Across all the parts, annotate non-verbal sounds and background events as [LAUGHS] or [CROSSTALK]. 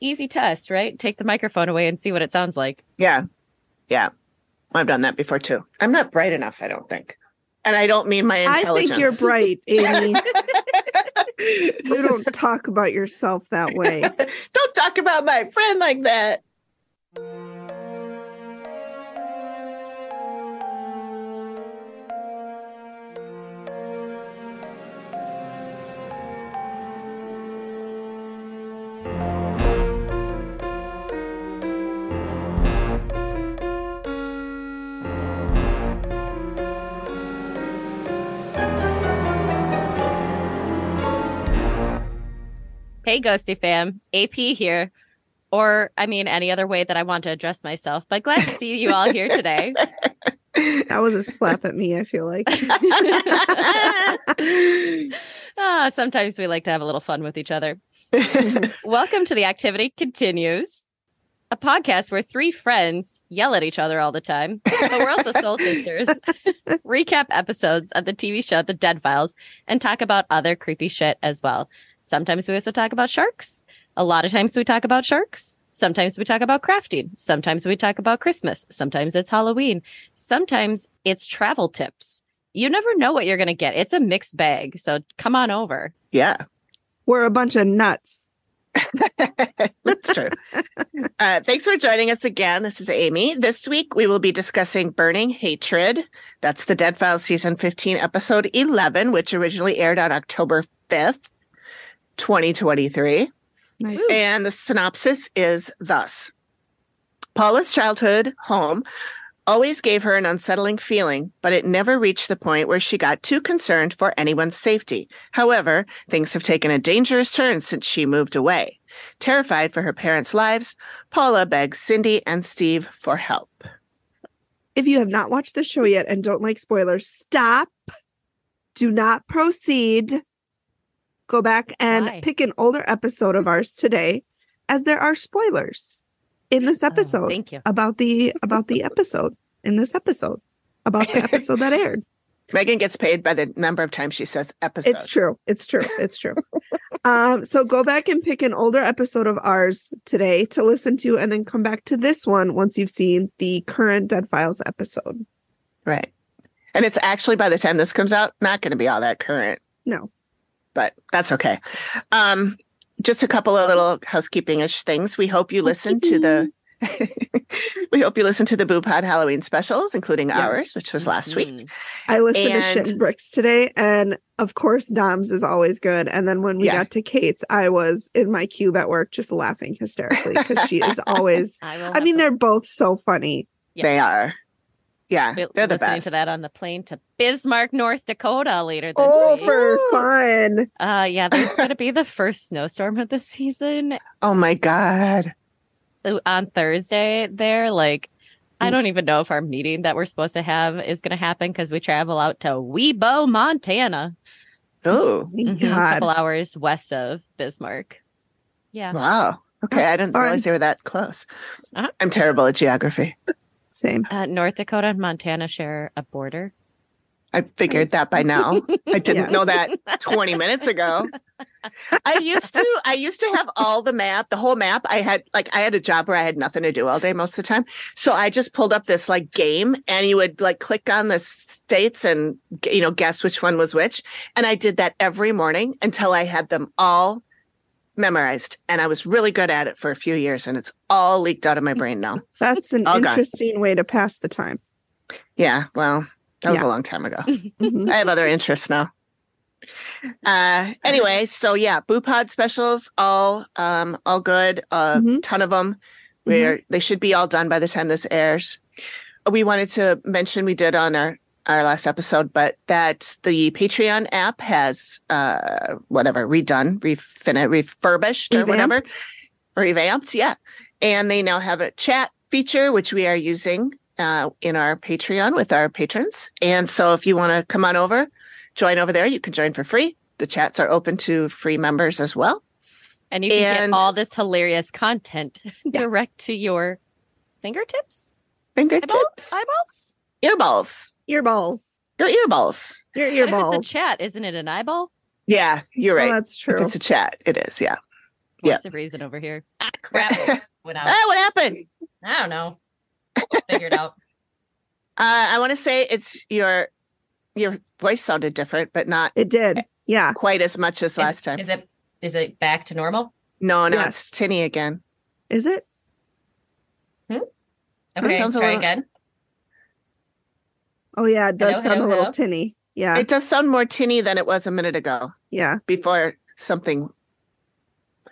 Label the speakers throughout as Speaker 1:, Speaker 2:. Speaker 1: easy test, right? Take the microphone away and see what it sounds like.
Speaker 2: Yeah. Yeah. I've done that before too. I'm not bright enough, I don't think. And I don't mean my
Speaker 3: I
Speaker 2: intelligence.
Speaker 3: think you're bright, Amy. you don't talk about yourself that way.
Speaker 2: [LAUGHS] don't talk about my friend like that. [LAUGHS]
Speaker 1: Hey, Ghosty fam, AP here. Or, I mean, any other way that I want to address myself, but glad to see you all here today. [LAUGHS]
Speaker 3: That was a slap at me, I feel like.
Speaker 1: ah, sometimes we like to have a little fun with each other. Welcome to The Activity Continues, a podcast where three friends yell at each other all the time, but we're also soul sisters, recap episodes of the TV show The Dead Files, and talk about other creepy shit as well. Sometimes we also talk about sharks. A lot of times we talk about sharks. Sometimes we talk about crafting. Sometimes we talk about Christmas. Sometimes it's Halloween. Sometimes it's travel tips. You never know what you're going to get. It's a mixed bag. So come on over.
Speaker 2: yeah.
Speaker 3: We're a bunch of nuts.
Speaker 2: That's
Speaker 3: [LAUGHS]
Speaker 2: true. uh, thanks for joining us again. This is Amy. This week we will be discussing Burning Hatred. That's the Dead Files Season 15, Episode 11, which originally aired on October 5th, 2023.
Speaker 3: Nice.
Speaker 2: And the synopsis is thus Paula's childhood home always gave her an unsettling feeling, but it never reached the point where she got too concerned for anyone's safety. However, things have taken a dangerous turn since she moved away. Terrified for her parents' lives, Paula begs Cindy and Steve for help.
Speaker 3: If you have not watched the show yet and don't like spoilers, stop. Do not proceed. Go back and
Speaker 1: Why?
Speaker 3: pick an older episode of ours today, as there are spoilers in this
Speaker 1: Oh,
Speaker 3: episode
Speaker 1: thank you.
Speaker 3: about the about the episode in this episode about
Speaker 1: [LAUGHS]
Speaker 3: the episode that aired.
Speaker 2: Megan gets paid by the number of times she says episode.
Speaker 3: It's true. It's true. It's true. um, so go back and pick an older episode of ours today to listen to, and then come back to this one once you've seen the current Dead Files episode.
Speaker 2: Right. And it's actually by the time this comes out, not going to be all that current.
Speaker 3: No.
Speaker 2: but that's okay. Um, just a couple of little housekeeping-ish things. We hope you listen to the we hope you listen to the Boo Pod Housekeeping. Halloween specials, including
Speaker 3: Yes.
Speaker 2: ours, which was last week.
Speaker 1: Mhm.
Speaker 3: I listened to Shit
Speaker 2: And-
Speaker 3: and Bricks today, and of course, Dom's is always good. And then when we
Speaker 2: Yeah.
Speaker 3: got to Kate's, I was in my cube at work just laughing hysterically because she
Speaker 2: [LAUGHS]
Speaker 3: is always.
Speaker 1: I, will
Speaker 3: I
Speaker 1: have
Speaker 3: mean,
Speaker 1: to-
Speaker 3: they're both so funny.
Speaker 1: yes.
Speaker 2: They are. Yeah,
Speaker 1: We'll
Speaker 2: they're
Speaker 1: be
Speaker 2: the
Speaker 1: listening
Speaker 2: best.
Speaker 1: to that on the plane to Bismarck, North Dakota later this
Speaker 3: Oh,
Speaker 1: week.
Speaker 3: for fun.
Speaker 1: uh, yeah,
Speaker 2: [LAUGHS]
Speaker 1: there's going to be the first snowstorm of the season
Speaker 2: Oh my god.
Speaker 1: uh, on Thursday. There, like, I don't even know if our meeting that we're supposed to have is going to happen because we travel out to Weibo, Montana,
Speaker 2: Oh.
Speaker 1: Mhm, a
Speaker 3: God.
Speaker 1: couple hours west of Bismarck. Yeah,
Speaker 2: Wow. Okay, I didn't
Speaker 3: Fun.
Speaker 2: realize they were that close.
Speaker 1: Oh, Uh-huh.
Speaker 2: I'm terrible at geography.
Speaker 3: Same.
Speaker 1: uh, North Dakota and Montana share a border.
Speaker 2: I figured that by now.
Speaker 3: [LAUGHS]
Speaker 2: I didn't
Speaker 3: Yes.
Speaker 2: know that 20 minutes ago. I used to I used to have all the map, the whole map. I had like I had a job where I had nothing to do all day most of the time. So I just pulled up this like game and you would like click on the states and you know guess which one was which. And I did that every morning until I had them all memorized and I was really good at it for a few years and it's all leaked out of my brain now.
Speaker 3: That's an
Speaker 2: All gone.
Speaker 3: interesting way to pass the time.
Speaker 2: Yeah, well, that was
Speaker 3: Yeah.
Speaker 2: a long time ago.
Speaker 3: Mhm.
Speaker 2: I have other interests now. Uh anyway, so yeah, Boo Pod specials, all um all good, a
Speaker 3: Mhm.
Speaker 2: ton of them. We're they should be all done by the time this airs. We wanted to mention we did on our our last episode, but that the Patreon app has uh whatever redone, refin- refurbished or whatever
Speaker 3: Revamped.
Speaker 2: revamped, yeah. And they now have a chat feature, which we are using uh, in our Patreon with our patrons. And so if you want to come on over, join over there, you can join for free. The chats are open to free members as well.
Speaker 1: And you can
Speaker 2: And-
Speaker 1: get all this hilarious content [LAUGHS]
Speaker 3: Yeah.
Speaker 1: direct to your fingertips,
Speaker 2: Fingertips,
Speaker 1: eyeballs.
Speaker 2: earballs,
Speaker 3: Earballs.
Speaker 2: your earballs.
Speaker 3: Your
Speaker 1: What if
Speaker 3: earballs.
Speaker 1: It's a chat, isn't it? An eyeball.
Speaker 2: Yeah, you're
Speaker 3: Oh,
Speaker 2: right.
Speaker 3: that's true.
Speaker 2: If it's a chat, it is. Yeah. Yeah.
Speaker 4: voice of reason over here.
Speaker 1: Ah,
Speaker 2: [LAUGHS]
Speaker 1: crap. Went out.
Speaker 2: Ah, what happened?
Speaker 1: I don't know. Figured out.
Speaker 2: Uh, I want to say it's your your voice sounded different, but not
Speaker 3: It did. Yeah.
Speaker 2: quite as much as
Speaker 1: Is-
Speaker 2: last time.
Speaker 1: Is it is it back to normal?
Speaker 2: no, no,
Speaker 3: Yes.
Speaker 2: it's tinny again.
Speaker 3: Is it?
Speaker 2: That
Speaker 1: Okay, try
Speaker 2: sounds a little-
Speaker 1: again.
Speaker 3: Oh yeah, it
Speaker 1: Hello,
Speaker 3: does sound
Speaker 1: hello,
Speaker 3: a little
Speaker 1: hello?
Speaker 3: tinny. Yeah.
Speaker 2: It does sound more tinny than it was a minute ago
Speaker 3: yeah.
Speaker 2: before something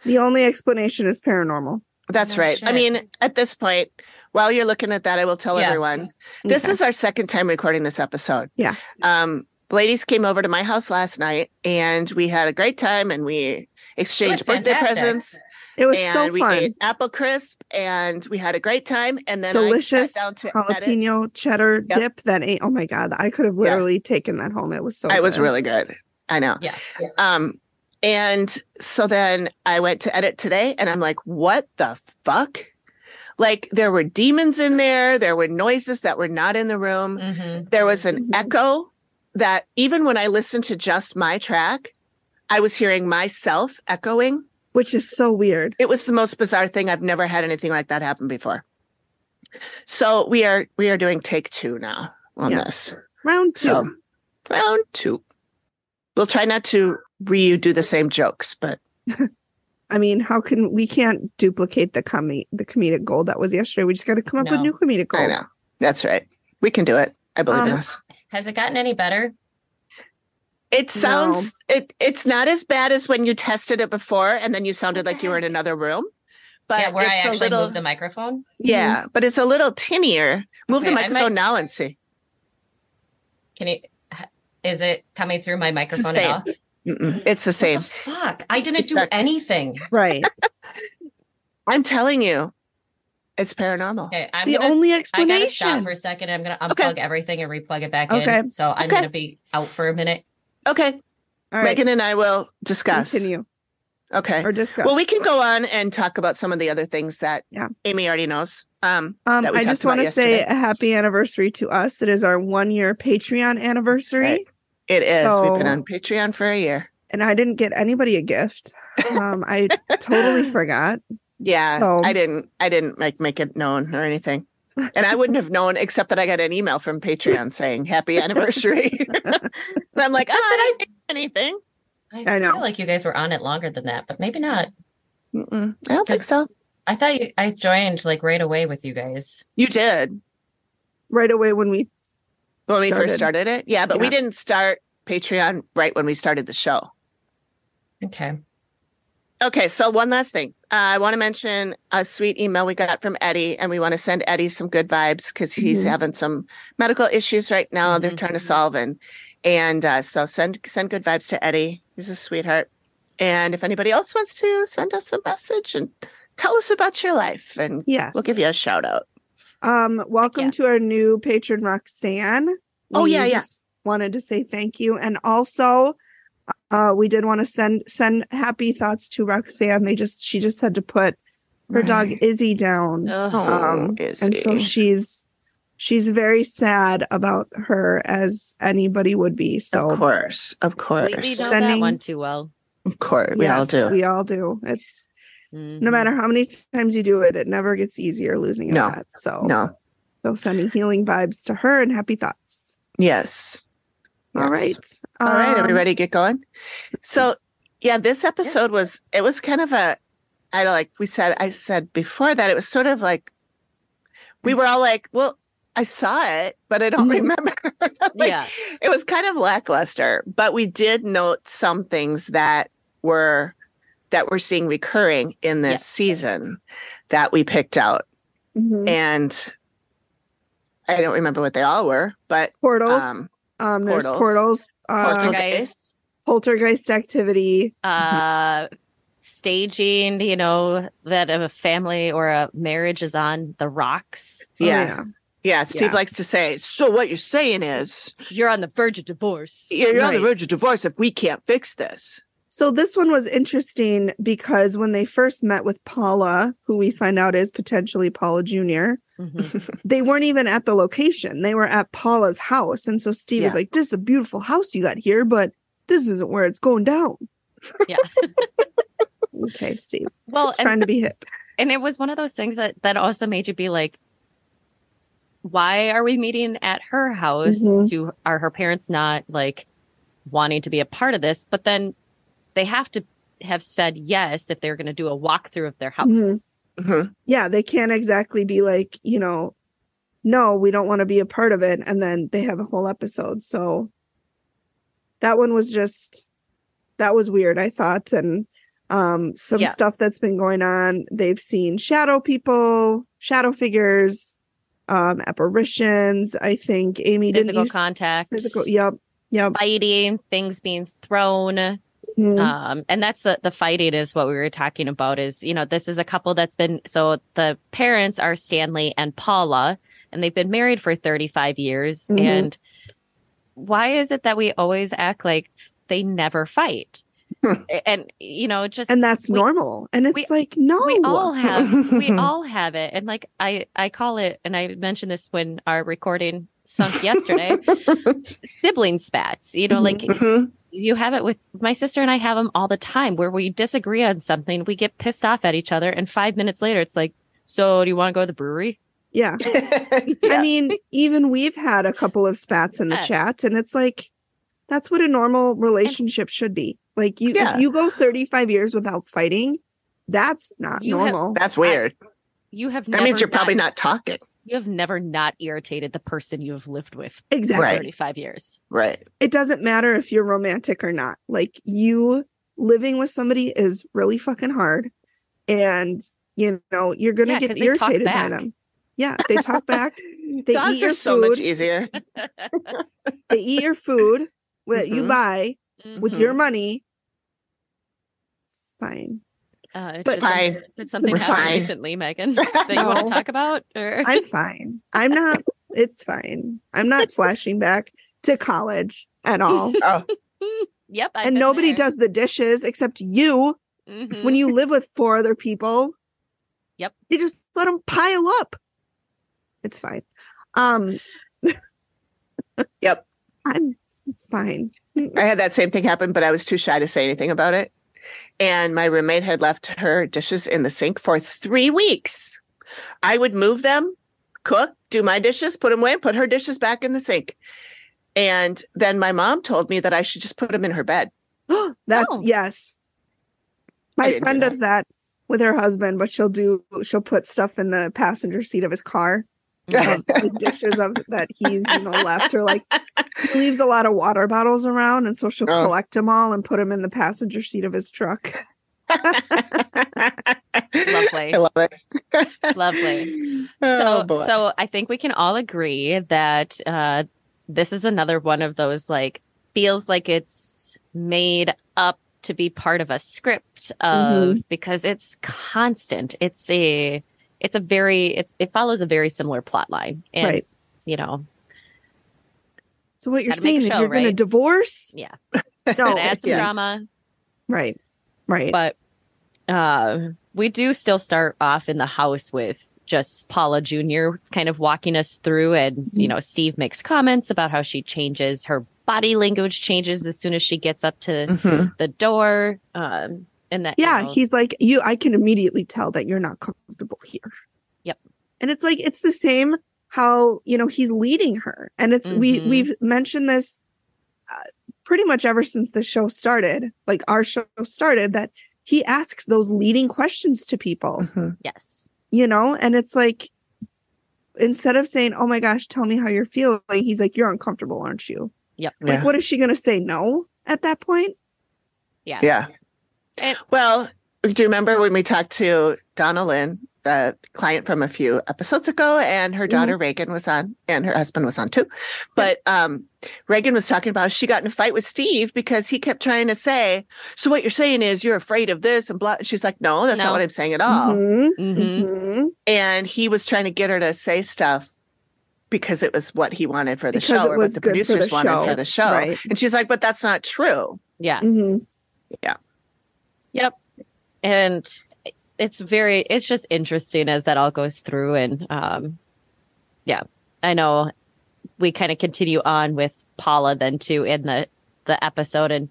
Speaker 3: The only explanation is paranormal.
Speaker 2: That's
Speaker 1: No
Speaker 2: right. I
Speaker 1: shit.
Speaker 2: mean, at this point, while you're looking at that, I will tell
Speaker 1: Yeah.
Speaker 2: everyone this
Speaker 3: Mm-hmm. Okay.
Speaker 2: is our second time recording this episode.
Speaker 3: Yeah.
Speaker 2: Um, ladies came over to my house last night and we had a great time and we exchanged birthday
Speaker 1: fantastic.
Speaker 2: presents
Speaker 3: it was
Speaker 2: and
Speaker 3: so
Speaker 2: we
Speaker 3: fun.
Speaker 2: ate apple crisp and we had a great time and then I
Speaker 3: Delicious
Speaker 2: sat down to edit.
Speaker 3: jalapeno cheddar
Speaker 2: Yep.
Speaker 3: dip that ate. Oh my god, I could have
Speaker 2: Yeah.
Speaker 3: literally taken that home. It was so.
Speaker 2: I was
Speaker 3: good.
Speaker 2: really good. I know.
Speaker 1: Yeah.
Speaker 2: Um, and so then I went to edit today and I'm like, what the fuck? Like there were demons in there, there were noises that were not in the room.
Speaker 1: Mm-hmm.
Speaker 2: There was an
Speaker 3: Mhm.
Speaker 2: echo that even when I listened to just my track, I was hearing myself echoing.
Speaker 3: which is so weird.
Speaker 2: It was the most bizarre thing. I've never had anything like that happen before. So we are we are doing take two now on
Speaker 3: Yeah.
Speaker 2: this.
Speaker 3: Round two.
Speaker 2: So round two. We'll try not to redo the same jokes, but
Speaker 3: I mean, how can we can't duplicate the com- the comedic gold that was yesterday? We just got to come up with
Speaker 1: No.
Speaker 3: new comedic
Speaker 2: I
Speaker 3: gold.
Speaker 2: know. That's right. We can do it. I
Speaker 1: Uh,
Speaker 2: believe
Speaker 3: Um,
Speaker 2: in us.
Speaker 1: Has it gotten any better?
Speaker 2: It sounds it it's not as bad as when you tested it before and then you sounded like you were in another room. But
Speaker 1: yeah, where I
Speaker 2: it's a
Speaker 1: actually
Speaker 2: little-
Speaker 1: moved the microphone.
Speaker 2: Yeah, but it's a little tinier. Move the
Speaker 1: Okay, I
Speaker 2: microphone
Speaker 1: might-
Speaker 2: now and see.
Speaker 1: Can you? Is it coming through my microphone at
Speaker 2: same.
Speaker 1: all?
Speaker 2: Mm-mm, it's the same.
Speaker 1: Mm-hmm. What the fuck! I didn't
Speaker 2: It's
Speaker 1: do
Speaker 2: not-
Speaker 1: anything.
Speaker 3: [LAUGHS] Right.
Speaker 2: I'm telling you, it's paranormal.
Speaker 1: Okay, I'm
Speaker 3: the
Speaker 1: gonna,
Speaker 3: only
Speaker 1: s- I gotta stop
Speaker 3: explanation.
Speaker 1: for a second. I'm gonna
Speaker 2: Okay.
Speaker 1: unplug everything and replug it back
Speaker 3: Okay.
Speaker 1: in. So I'm
Speaker 2: Okay.
Speaker 1: gonna be out for a minute.
Speaker 2: Okay,
Speaker 3: All right.
Speaker 2: Megan and I will discuss.
Speaker 3: Continue
Speaker 2: Okay.
Speaker 3: or discuss.
Speaker 2: Well, we can go on and talk about some of the other things that
Speaker 3: Yeah.
Speaker 2: Amy already knows. Um,
Speaker 3: Um,
Speaker 2: that we
Speaker 3: I
Speaker 2: talked
Speaker 3: just
Speaker 2: about
Speaker 3: want to say
Speaker 2: yesterday.
Speaker 3: a happy anniversary to us. It is our one year Patreon anniversary,
Speaker 2: Right. it is. We've been
Speaker 3: So-
Speaker 2: on Patreon for a year.
Speaker 3: and I didn't get anybody a gift. Um, I
Speaker 2: [LAUGHS]
Speaker 3: totally forgot.
Speaker 2: Yeah,
Speaker 3: So-
Speaker 2: I didn't. I didn't like make it known or anything, and I wouldn't
Speaker 3: [LAUGHS]
Speaker 2: have known except that I got an email from Patreon saying "Happy
Speaker 3: [LAUGHS]
Speaker 2: Anniversary." and I'm like,
Speaker 1: That's
Speaker 2: oh, did I
Speaker 1: fine.
Speaker 2: get anything?
Speaker 1: I,
Speaker 3: I know.
Speaker 1: feel like you guys were on it longer than that, but maybe not.
Speaker 2: Mm-mm, I don't think
Speaker 1: Because-
Speaker 2: so.
Speaker 1: I thought you, I joined like right away with you guys.
Speaker 2: You did.
Speaker 3: Right away when we
Speaker 2: when we first
Speaker 3: started.
Speaker 2: started it. Yeah, but we
Speaker 3: Yeah.
Speaker 2: didn't start Patreon right when we started the show.
Speaker 1: Okay.
Speaker 2: Okay, so one last thing. Uh, I want to mention a sweet email we got from Eddie, and we want to send Eddie some good vibes because he's
Speaker 3: Mhm.
Speaker 2: having some medical issues right now. They're
Speaker 1: Mhm.
Speaker 2: trying
Speaker 3: Mm-hmm.
Speaker 2: to solve, and and uh, so send send good vibes to Eddie. He's a sweetheart. And if anybody else wants to send us a message and tell us about your life, and
Speaker 3: yes,
Speaker 2: we'll give you a shout out.
Speaker 3: Um, welcome
Speaker 1: Yeah.
Speaker 3: to our new patron, Roxanne.
Speaker 2: Oh, yeah, yeah.
Speaker 3: just Wanted to say thank you, and also, uh, we did want to send send happy thoughts to Roxanne. They just she just had to put her dog Izzy down,
Speaker 4: Ugh.
Speaker 2: Oh,
Speaker 3: um, and so
Speaker 2: Izzy.
Speaker 3: she's she's very sad about her as anybody would be. So
Speaker 2: of course, of course,
Speaker 4: we, we know that
Speaker 3: Spending-
Speaker 4: one too well.
Speaker 2: of course, we all
Speaker 3: yes,
Speaker 2: do. Mm-hmm.
Speaker 3: we all do. It's no
Speaker 4: Mhm.
Speaker 3: matter how many times you do it, it never gets easier losing a
Speaker 2: No.
Speaker 3: pet. So
Speaker 2: no,
Speaker 3: so sending healing vibes to her and happy thoughts.
Speaker 2: yes.
Speaker 3: All
Speaker 2: Yes.
Speaker 3: right.
Speaker 2: All right,
Speaker 3: Um,
Speaker 2: everybody, get going. So,
Speaker 3: is-
Speaker 2: yeah, this episode was it was kind of a, I don't like we said I said before that it was sort of like, we were all like, well, I saw it, but I don't
Speaker 3: Mhm.
Speaker 2: remember. [LAUGHS] Like,
Speaker 4: yeah.
Speaker 2: it was kind of lackluster, but we did note some things that were that we're seeing recurring in this
Speaker 4: Yes.
Speaker 2: season that we picked out,
Speaker 3: mhm.
Speaker 2: and I don't remember what they all were, but
Speaker 3: Portals. Um,
Speaker 2: um,
Speaker 3: there's
Speaker 2: portals.
Speaker 3: portals. uh, poltergeist.
Speaker 4: Poltergeist,
Speaker 3: activity.
Speaker 4: uh, staging, you know, that a family or a marriage is on the rocks.
Speaker 3: Oh,
Speaker 2: yeah. Yeah, Steve
Speaker 3: Yeah.
Speaker 2: likes to say, so what you're saying is
Speaker 4: You're on the verge of divorce.
Speaker 2: you're on the
Speaker 3: Right.
Speaker 2: verge of divorce if we can't fix this.
Speaker 3: So this one was interesting because when they first met with Paula, who we find out is potentially Paula Jr.,
Speaker 4: Mhm.
Speaker 3: they weren't even at the location. They were at Paula's house. And so Steve
Speaker 2: Yeah.
Speaker 3: is like, This is a beautiful house you got here, but this isn't where it's going down.
Speaker 4: Yeah.
Speaker 3: [LAUGHS] Okay, Steve.
Speaker 1: Well, and
Speaker 3: trying to be hip.
Speaker 1: and it was one of those things that that also made you be like why are we meeting at her house
Speaker 3: Mhm.
Speaker 1: do are her parents not like wanting to be a part of this but then they have to have said yes if they're going to do a walkthrough of their house
Speaker 3: Mhm.
Speaker 2: Mhm.
Speaker 3: Yeah, they can't exactly be like, you know, no, we don't want to be a part of it. And then they have a whole episode. So that one was just that was weird, I thought. And um some
Speaker 1: Yeah.
Speaker 3: stuff that's been going on. They've seen shadow people, shadow figures, um, apparitions. I think Amy didn't
Speaker 1: physical
Speaker 3: use-
Speaker 1: contact
Speaker 3: physical yep. Yep.
Speaker 1: fighting things being thrown
Speaker 3: Mhm.
Speaker 1: um and that's the, the fighting is what we were talking about is you know this is a couple that's been so the parents are stanley and paula and they've been married for 35 years
Speaker 3: Mhm.
Speaker 1: and why is it that we always act like they never fight
Speaker 2: Hmm.
Speaker 1: and you know just
Speaker 3: and that's
Speaker 1: we-
Speaker 3: normal. And it's
Speaker 1: we-
Speaker 3: like, no.
Speaker 1: we all have
Speaker 3: [LAUGHS]
Speaker 1: we all have it and like i i call it and i mentioned this when our recording sunk yesterday
Speaker 3: [LAUGHS]
Speaker 1: sibling spats you know like
Speaker 2: Mhm.
Speaker 1: you have it with my sister and I have them all the time where we disagree on something, we get pissed off at each other, and five minutes later it's like, So do you want to go to the brewery?
Speaker 3: Yeah. I
Speaker 1: [LAUGHS]
Speaker 2: Yeah.
Speaker 3: mean, even we've had a couple of spats in the
Speaker 1: Yeah.
Speaker 3: chat, and it's like that's what a normal relationship should be. Like you,
Speaker 2: Yeah.
Speaker 3: if you go 35 years without fighting, that's not
Speaker 1: You have-
Speaker 3: normal.
Speaker 2: [LAUGHS] That's weird.
Speaker 1: You have
Speaker 2: that
Speaker 1: never
Speaker 2: means you're
Speaker 1: not-
Speaker 2: probably not talking.
Speaker 1: you have never not irritated the person you have lived with for
Speaker 3: exactly.
Speaker 2: Right.
Speaker 1: thirty five years.
Speaker 2: Right.
Speaker 3: It doesn't matter if you're romantic or not. Like you living with somebody is really fucking hard, and you know you're gonna
Speaker 1: Yeah, 'cause
Speaker 3: get
Speaker 1: they talk
Speaker 3: irritated by
Speaker 1: back.
Speaker 3: them. Yeah, they talk back.
Speaker 1: [LAUGHS]
Speaker 3: They eat
Speaker 2: Dogs
Speaker 3: your
Speaker 2: are so much
Speaker 3: food.
Speaker 2: easier.
Speaker 3: They eat your food that you
Speaker 1: Mm-hmm.
Speaker 2: Mhm.
Speaker 3: buy with
Speaker 1: Mhm.
Speaker 3: your money. It's fine.
Speaker 1: uh, it's
Speaker 3: but
Speaker 1: just some-
Speaker 2: Fine.
Speaker 1: did something
Speaker 2: We're
Speaker 1: happen
Speaker 2: fine.
Speaker 1: recently,
Speaker 3: [LAUGHS]
Speaker 1: Megan, that you want
Speaker 3: No.
Speaker 1: to talk about? Or
Speaker 3: I'm fine. I'm not. It's fine.
Speaker 1: [LAUGHS]
Speaker 3: I'm not flashing back to college at all.
Speaker 2: Oh,
Speaker 1: yep, I've
Speaker 3: and
Speaker 1: been
Speaker 3: nobody
Speaker 1: there.
Speaker 3: does the dishes except you
Speaker 1: Mhm. [LAUGHS]
Speaker 3: when you live with four other people.
Speaker 1: Yep.
Speaker 3: You just let them pile up. It's fine. Um.
Speaker 2: Yep.
Speaker 3: I'm fine. [GASPS]
Speaker 2: I had that same thing happen, but I was too shy to say anything about it. And my roommate had left her dishes in the sink for three weeks. I would move them, cook, do my dishes, put them away, put her dishes back in the sink. And then my mom told me that I should just put them in
Speaker 1: [LAUGHS]
Speaker 2: her bed.
Speaker 3: That's
Speaker 1: Oh.
Speaker 3: yes.
Speaker 2: I
Speaker 3: My
Speaker 2: didn't do
Speaker 3: friend
Speaker 2: that.
Speaker 3: does that with her husband, but she'll do she'll put stuff in the passenger seat of his car.
Speaker 1: Mhm.
Speaker 3: of the
Speaker 1: [LAUGHS]
Speaker 3: dishes of that he's you know left or like he leaves a lot of water bottles around and so she'll
Speaker 2: Oh.
Speaker 3: collect them all and put them in the passenger seat of his truck
Speaker 2: Lovely. I
Speaker 3: [LAUGHS]
Speaker 2: love it.
Speaker 1: Lovely.
Speaker 2: Oh,
Speaker 1: so
Speaker 2: boy.
Speaker 1: so I think we can all agree that uh, this is another one of those like feels like it's made up to be part of a script of
Speaker 2: Mm-hmm.
Speaker 1: because it's constant. It's a it's a very it, it follows a very similar plot line and
Speaker 3: right
Speaker 1: you know
Speaker 3: so what you're
Speaker 1: Gotta make a
Speaker 3: saying is
Speaker 1: show,
Speaker 3: you're gonna
Speaker 1: right?
Speaker 3: divorce
Speaker 1: Yeah.
Speaker 3: no
Speaker 1: and add some
Speaker 3: Oh, yeah,
Speaker 1: drama
Speaker 3: right right
Speaker 1: but uh, we do still start off in the house with just Paula Jr. kind of walking us through, and you know, Steve makes comments about how she changes her body language changes as soon as she gets up to
Speaker 2: Mhm.
Speaker 1: the door, um, and that you
Speaker 3: yeah
Speaker 1: know,
Speaker 3: he's like you i can immediately tell that you're not comfortable here
Speaker 1: Yep.
Speaker 3: and it's like it's the same how you know he's leading her and it's we
Speaker 1: Mhm.
Speaker 3: we've mentioned this uh, pretty much ever since the show started like our show started that he asks those leading questions to people
Speaker 2: Mhm.
Speaker 1: yes,
Speaker 3: you know and it's like instead of saying oh my gosh tell me how you're feeling he's like you're uncomfortable aren't you like
Speaker 2: Yeah.
Speaker 3: what is she going to say no at that point
Speaker 2: Yeah.
Speaker 1: And-
Speaker 2: well, do you remember when we talked to Donna Lynn, the client from a few episodes ago, and her daughter
Speaker 3: Mm-hmm.
Speaker 2: Reagan was on, and her husband was on too. But um, Reagan was talking about she got in a fight with Steve because he kept trying to say, "So what you're saying is you're afraid of this and blah." She's like, "No, that's
Speaker 1: No.
Speaker 2: not what I'm saying at all."
Speaker 3: Mhm,
Speaker 1: Mhm.
Speaker 3: mhm.
Speaker 2: And he was trying to get her to say stuff because it was what he wanted for the
Speaker 3: Because
Speaker 2: show,
Speaker 3: it
Speaker 2: or what
Speaker 3: was
Speaker 2: the
Speaker 3: good for
Speaker 2: producers
Speaker 3: the
Speaker 2: wanted
Speaker 3: show.
Speaker 2: for the show.
Speaker 3: right
Speaker 2: And she's like, "But that's not true."
Speaker 1: yeah,
Speaker 3: Mhm.
Speaker 1: and it's very it's just interesting as that all goes through and um yeah i know we kind of continue on with paula then too in the the episode and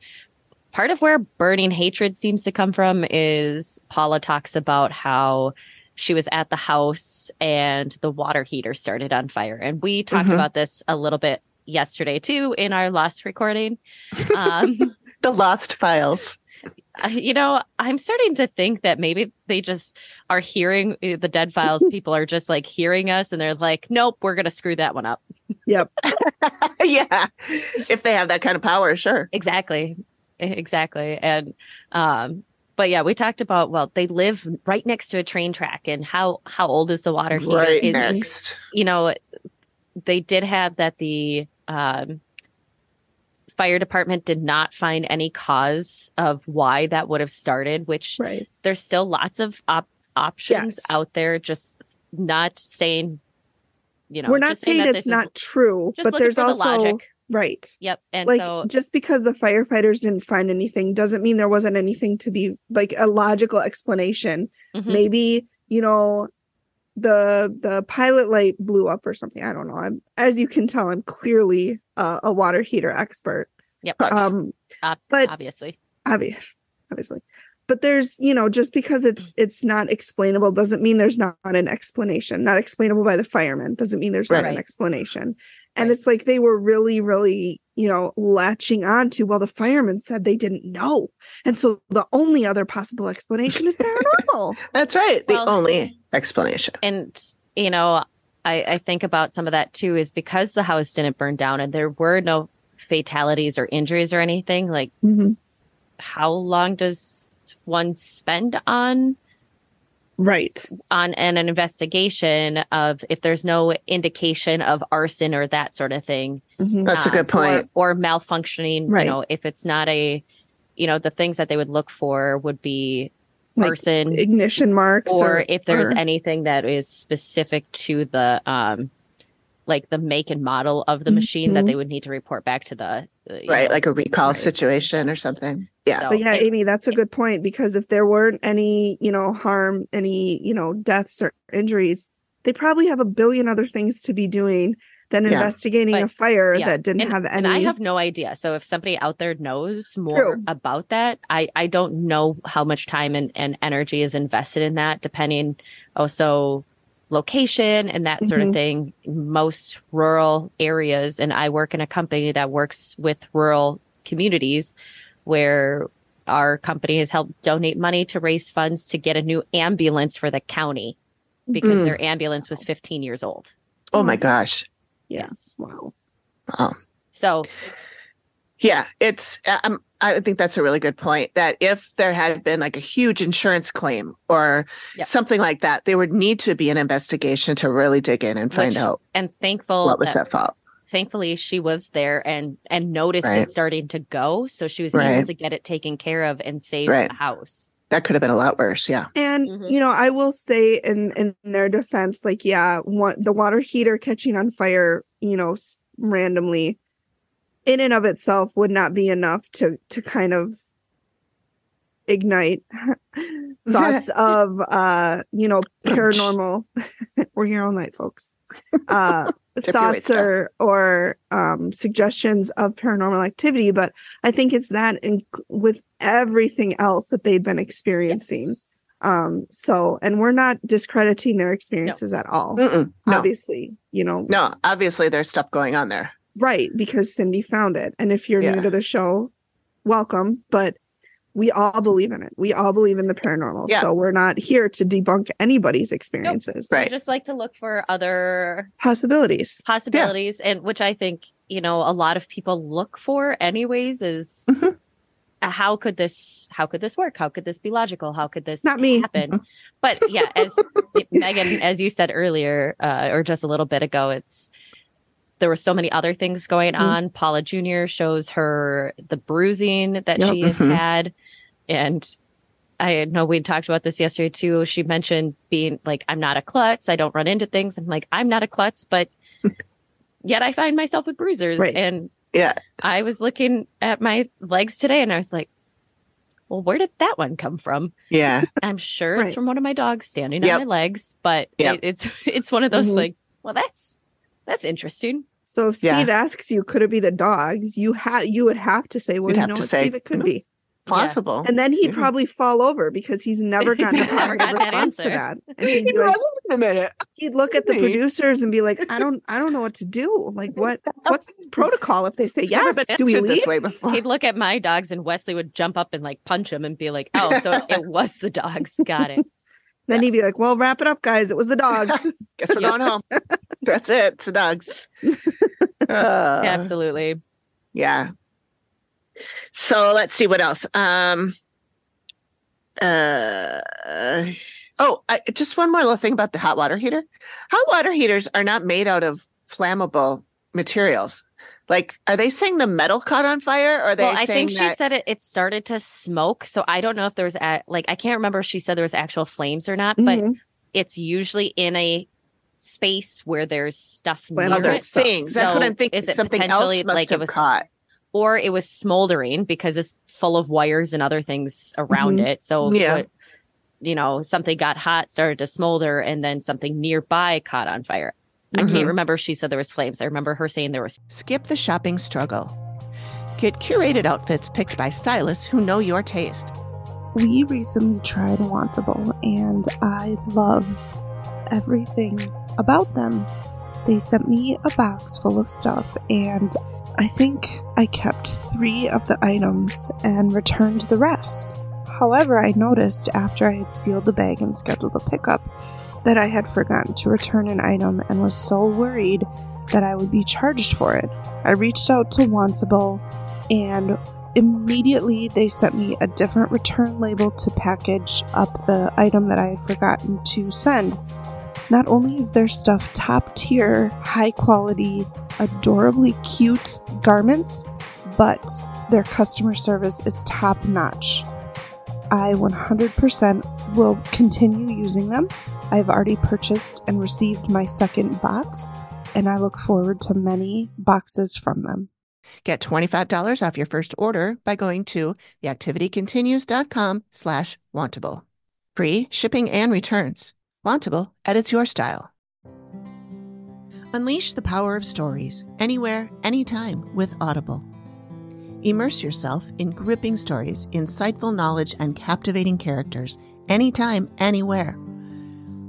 Speaker 1: part of where burning hatred seems to come from is Paula talks about how she was at the house and the water heater started on fire. And we talked
Speaker 5: Mhm.
Speaker 1: about this a little bit yesterday too in our last recording. Um,
Speaker 5: The lost files.
Speaker 1: I- you know, I'm starting to think that maybe they just are hearing eh, the dead files. People are just like hearing us and they're like, nope, we're going to screw that one up.
Speaker 3: Yep.
Speaker 5: [LAUGHS] yeah. If they have that kind of power, sure.
Speaker 1: Exactly. E- Exactly. And um but yeah, we talked about well, they live right next to a train track and how how old is the water heater?
Speaker 5: Right
Speaker 1: is
Speaker 5: next.
Speaker 1: you know, they did have that the um fire department did not find any cause of why that would have started, which
Speaker 3: Right.
Speaker 1: there's still lots of op- options
Speaker 3: Yes.
Speaker 1: out there just not saying you know,
Speaker 3: We're not
Speaker 1: just saying
Speaker 3: saying
Speaker 1: that this
Speaker 3: it's
Speaker 1: is-
Speaker 3: not true,
Speaker 1: just
Speaker 3: but
Speaker 1: looking
Speaker 3: there's
Speaker 1: for
Speaker 3: also
Speaker 1: the logic.
Speaker 3: right.
Speaker 1: Yep. And
Speaker 3: like
Speaker 1: so
Speaker 3: just because the firefighters didn't find anything doesn't mean there wasn't anything to be like a logical explanation.
Speaker 1: mhm.
Speaker 3: Maybe, you know, the the pilot light blew up or something. I don't know. I'm as you can tell, I'm clearly uh, a water heater expert.
Speaker 1: yep.
Speaker 5: Crux.
Speaker 3: Um
Speaker 1: ob-
Speaker 3: but
Speaker 1: obviously.
Speaker 3: obvi- obviously but there's you know just because
Speaker 1: Mm.
Speaker 3: it's it's not explainable doesn't mean there's not an explanation not explainable by the firemen doesn't mean there's not
Speaker 1: Right.
Speaker 3: an explanation and
Speaker 1: Right.
Speaker 3: it's like they were really really you know latching on to well the firemen said they didn't know and so the only other possible explanation
Speaker 1: [LAUGHS]
Speaker 3: is paranormal
Speaker 5: That's right. The
Speaker 1: Well-
Speaker 5: only explanation.
Speaker 1: and you know I, I think about some of that too is because the house didn't burn down and there were no fatalities or injuries or anything like how long does one spend on
Speaker 3: right
Speaker 1: on an, an investigation of if there's no indication of arson or that sort of thing
Speaker 3: Mhm.
Speaker 5: That's a
Speaker 1: um,
Speaker 5: good point.
Speaker 1: or, or malfunctioning
Speaker 3: Right.
Speaker 1: you know if it's not a you know the things that they would look for would be
Speaker 3: Like,
Speaker 1: arson
Speaker 5: e-,
Speaker 3: ignition marks
Speaker 1: or if there's
Speaker 3: or-
Speaker 1: anything that is specific to the um like the make and model of the machine that
Speaker 3: Mhm.
Speaker 1: they would need to report back to the uh, you
Speaker 5: Mm-hmm. Right.
Speaker 1: know,
Speaker 5: Like a recall
Speaker 1: Right.
Speaker 5: situation or something. Yeah.
Speaker 1: so
Speaker 3: But yeah,
Speaker 1: it-
Speaker 3: Amy, that's a good point because if there weren't any, you know, harm, any, you know, deaths or injuries, they probably have a billion other things to be doing than
Speaker 5: Yeah.
Speaker 3: investigating
Speaker 1: But-
Speaker 3: a fire
Speaker 1: yeah.
Speaker 3: that didn't have
Speaker 1: and
Speaker 3: any.
Speaker 1: i have no idea so if somebody out there knows more
Speaker 3: True.
Speaker 1: about that i i don't know how much time and, and energy is invested in that depending also location and that sort of
Speaker 3: Mhm.
Speaker 1: thing most rural areas and i work in a company that works with rural communities where our company has helped donate money to raise funds to get a new ambulance for the county because
Speaker 3: Mm-hmm.
Speaker 5: Mm.
Speaker 1: their ambulance was 15 years old
Speaker 5: Oh my gosh.
Speaker 3: Yeah.
Speaker 1: yes
Speaker 3: wow.
Speaker 5: Wow.
Speaker 1: so
Speaker 5: Yeah, it's. uh, Um, I think that's a really good point. That if there had been like a huge insurance claim or
Speaker 1: Yep.
Speaker 5: something like that, there would need to be an investigation to really dig in and find
Speaker 1: Which-
Speaker 5: out
Speaker 1: and thankful
Speaker 5: what was
Speaker 1: that
Speaker 5: at fault.
Speaker 1: thankfully she was there and and noticed
Speaker 5: Right.
Speaker 1: it starting to go so she was
Speaker 5: Right.
Speaker 1: able to get it taken care of and save
Speaker 5: Right.
Speaker 1: the house
Speaker 5: That could have been a lot worse. Yeah,
Speaker 3: And
Speaker 1: Mhm.
Speaker 3: you know, I will say in in their defense, like yeah, one, the water heater catching on fire, you know, s- randomly, in and of itself would not be enough to to kind of ignite [LAUGHS] thoughts of uh you know paranormal [LAUGHS] we're here all night folks uh
Speaker 5: your weights
Speaker 3: thoughts
Speaker 5: down.
Speaker 3: or or um suggestions of paranormal activity but i think it's that and with everything else that they've been experiencing
Speaker 1: Yes.
Speaker 3: um so and we're not discrediting their experiences at all
Speaker 5: Mm-mm. no,
Speaker 3: obviously you know
Speaker 5: no. Obviously, there's stuff going on there.
Speaker 3: Right, because Cindy found it. And if you're
Speaker 5: Yeah.
Speaker 3: new to the show, welcome. But we all believe in it. We all believe in the paranormal.
Speaker 5: Yeah.
Speaker 3: So we're not here to debunk anybody's experiences.
Speaker 1: So
Speaker 5: Right.
Speaker 1: just like to look for other
Speaker 3: Possibilities.
Speaker 1: possibilities and which i think you know a lot of people look for anyways is
Speaker 3: Mm-hmm.
Speaker 5: Mhm.
Speaker 1: uh, how could this how could this work how could this be logical how could this
Speaker 3: Not me. Mm-hmm.
Speaker 1: happen but yeah as megan as you said earlier uh, or just a little bit ago it's there were so many other things going
Speaker 3: Mhm.
Speaker 1: on paula junior shows her the bruising that
Speaker 3: Yep. Mm-hmm.
Speaker 1: she has
Speaker 5: Mhm.
Speaker 1: had and I know we talked about this yesterday too. She mentioned being like, I'm not a klutz. I don't run into things. I'm like, I'm not a klutz,
Speaker 5: [LAUGHS]
Speaker 1: but yet I find myself with bruisers.
Speaker 3: Right.
Speaker 1: And
Speaker 5: Yeah,
Speaker 1: I was looking at my legs today and I was like, well, where did that one come from? [LAUGHS]
Speaker 5: yeah,
Speaker 1: I'm sure
Speaker 3: Right.
Speaker 1: it's from one of my dogs standing
Speaker 5: Yep.
Speaker 1: on my legs, but
Speaker 5: Yep. Mm-hmm.
Speaker 1: it, it's, it's one of those
Speaker 3: Mhm.
Speaker 1: like, well, that's, that's interesting.
Speaker 3: So if
Speaker 5: Yeah.
Speaker 3: Steve asks you, could it be the dogs? You have you would have to say, Well,
Speaker 5: You'd
Speaker 3: you
Speaker 5: have
Speaker 3: know
Speaker 5: to
Speaker 3: what,
Speaker 5: say,
Speaker 3: Steve, it could be.
Speaker 5: possible.
Speaker 3: And then he'd
Speaker 5: Mhm.
Speaker 3: probably fall over because he's never
Speaker 5: [LAUGHS]
Speaker 3: gotten a
Speaker 1: He's never
Speaker 3: positive
Speaker 1: gotten that
Speaker 3: response to that.
Speaker 1: answer.
Speaker 3: And he'd, be
Speaker 5: Wait
Speaker 3: like,
Speaker 5: a minute.
Speaker 3: he'd look at the
Speaker 5: Really?
Speaker 3: producers and be like,
Speaker 5: [LAUGHS]
Speaker 3: "I don't, I don't know what to do. Like, what, what's the protocol if they say
Speaker 5: It's never
Speaker 3: yes?
Speaker 5: been
Speaker 3: Do we
Speaker 5: answered
Speaker 3: leave?
Speaker 5: this way before?
Speaker 1: He'd look at my dogs and Wesley would jump up and like punch him and be like, oh,
Speaker 5: [LAUGHS]
Speaker 1: so it was the dogs. Got it.
Speaker 5: Uh-huh.
Speaker 3: Then he'd be like, "Well, wrap it up, guys. It was the
Speaker 5: [LAUGHS]
Speaker 3: dogs."
Speaker 5: [LAUGHS] Guess we're going home. That's it. It's
Speaker 1: [LAUGHS]
Speaker 5: the dogs. Uh,
Speaker 1: Absolutely.
Speaker 5: Yeah. So let's see what else. Um uh oh, I, just one more little thing about the hot water heater. Hot water heaters are not made out of flammable materials. Like, are they saying the metal caught on fire? Or are they
Speaker 1: Well, I think
Speaker 5: saying
Speaker 1: she
Speaker 5: that?
Speaker 1: said it, it started to smoke. So I don't know if there was, a, like, I can't remember if she said there was actual flames or not, but
Speaker 5: Mm-hmm.
Speaker 3: Mhm.
Speaker 1: it's usually in a space where there's stuff
Speaker 3: Flammable.
Speaker 1: near
Speaker 5: other
Speaker 1: it,
Speaker 3: stuff.
Speaker 5: things? That's what
Speaker 1: So
Speaker 5: I'm thinking.
Speaker 1: is it
Speaker 5: Something
Speaker 1: potentially
Speaker 5: else must
Speaker 1: like it
Speaker 5: have
Speaker 1: was-
Speaker 5: caught.
Speaker 1: or it was smoldering because it's full of wires and other things around it. So
Speaker 5: Mm-hmm. Yeah.
Speaker 1: what- you know, something got hot, started to smolder, and then something nearby caught on fire. I
Speaker 5: Mhm.
Speaker 1: can't remember if she said there was flames. I remember her saying there was
Speaker 5: Skip the shopping struggle. Get curated outfits picked by stylists who know your taste.
Speaker 6: We recently tried Wantable and I love everything about them. They sent me a box full of stuff and I think I kept three of the items and returned the rest. However, I noticed after I had sealed the bag and scheduled the pickup that I had forgotten to return an item and was so worried that I would be charged for it. I reached out to Wantable and immediately they sent me a different return label to package up the item that I had forgotten to send. Not only is their stuff top tier, high quality, adorably cute garments, but their customer service is top notch. I 100% will continue using them. I've already purchased and received my second box, and I look forward to many boxes from them.
Speaker 5: Get $25 off your first order by going to theactivitycontinues.com slash wantable. Free shipping and returns. Wantable edits your style.
Speaker 2: Unleash the power of stories anywhere, anytime with Audible. Immerse yourself in gripping stories, insightful knowledge, and captivating characters anytime, anywhere.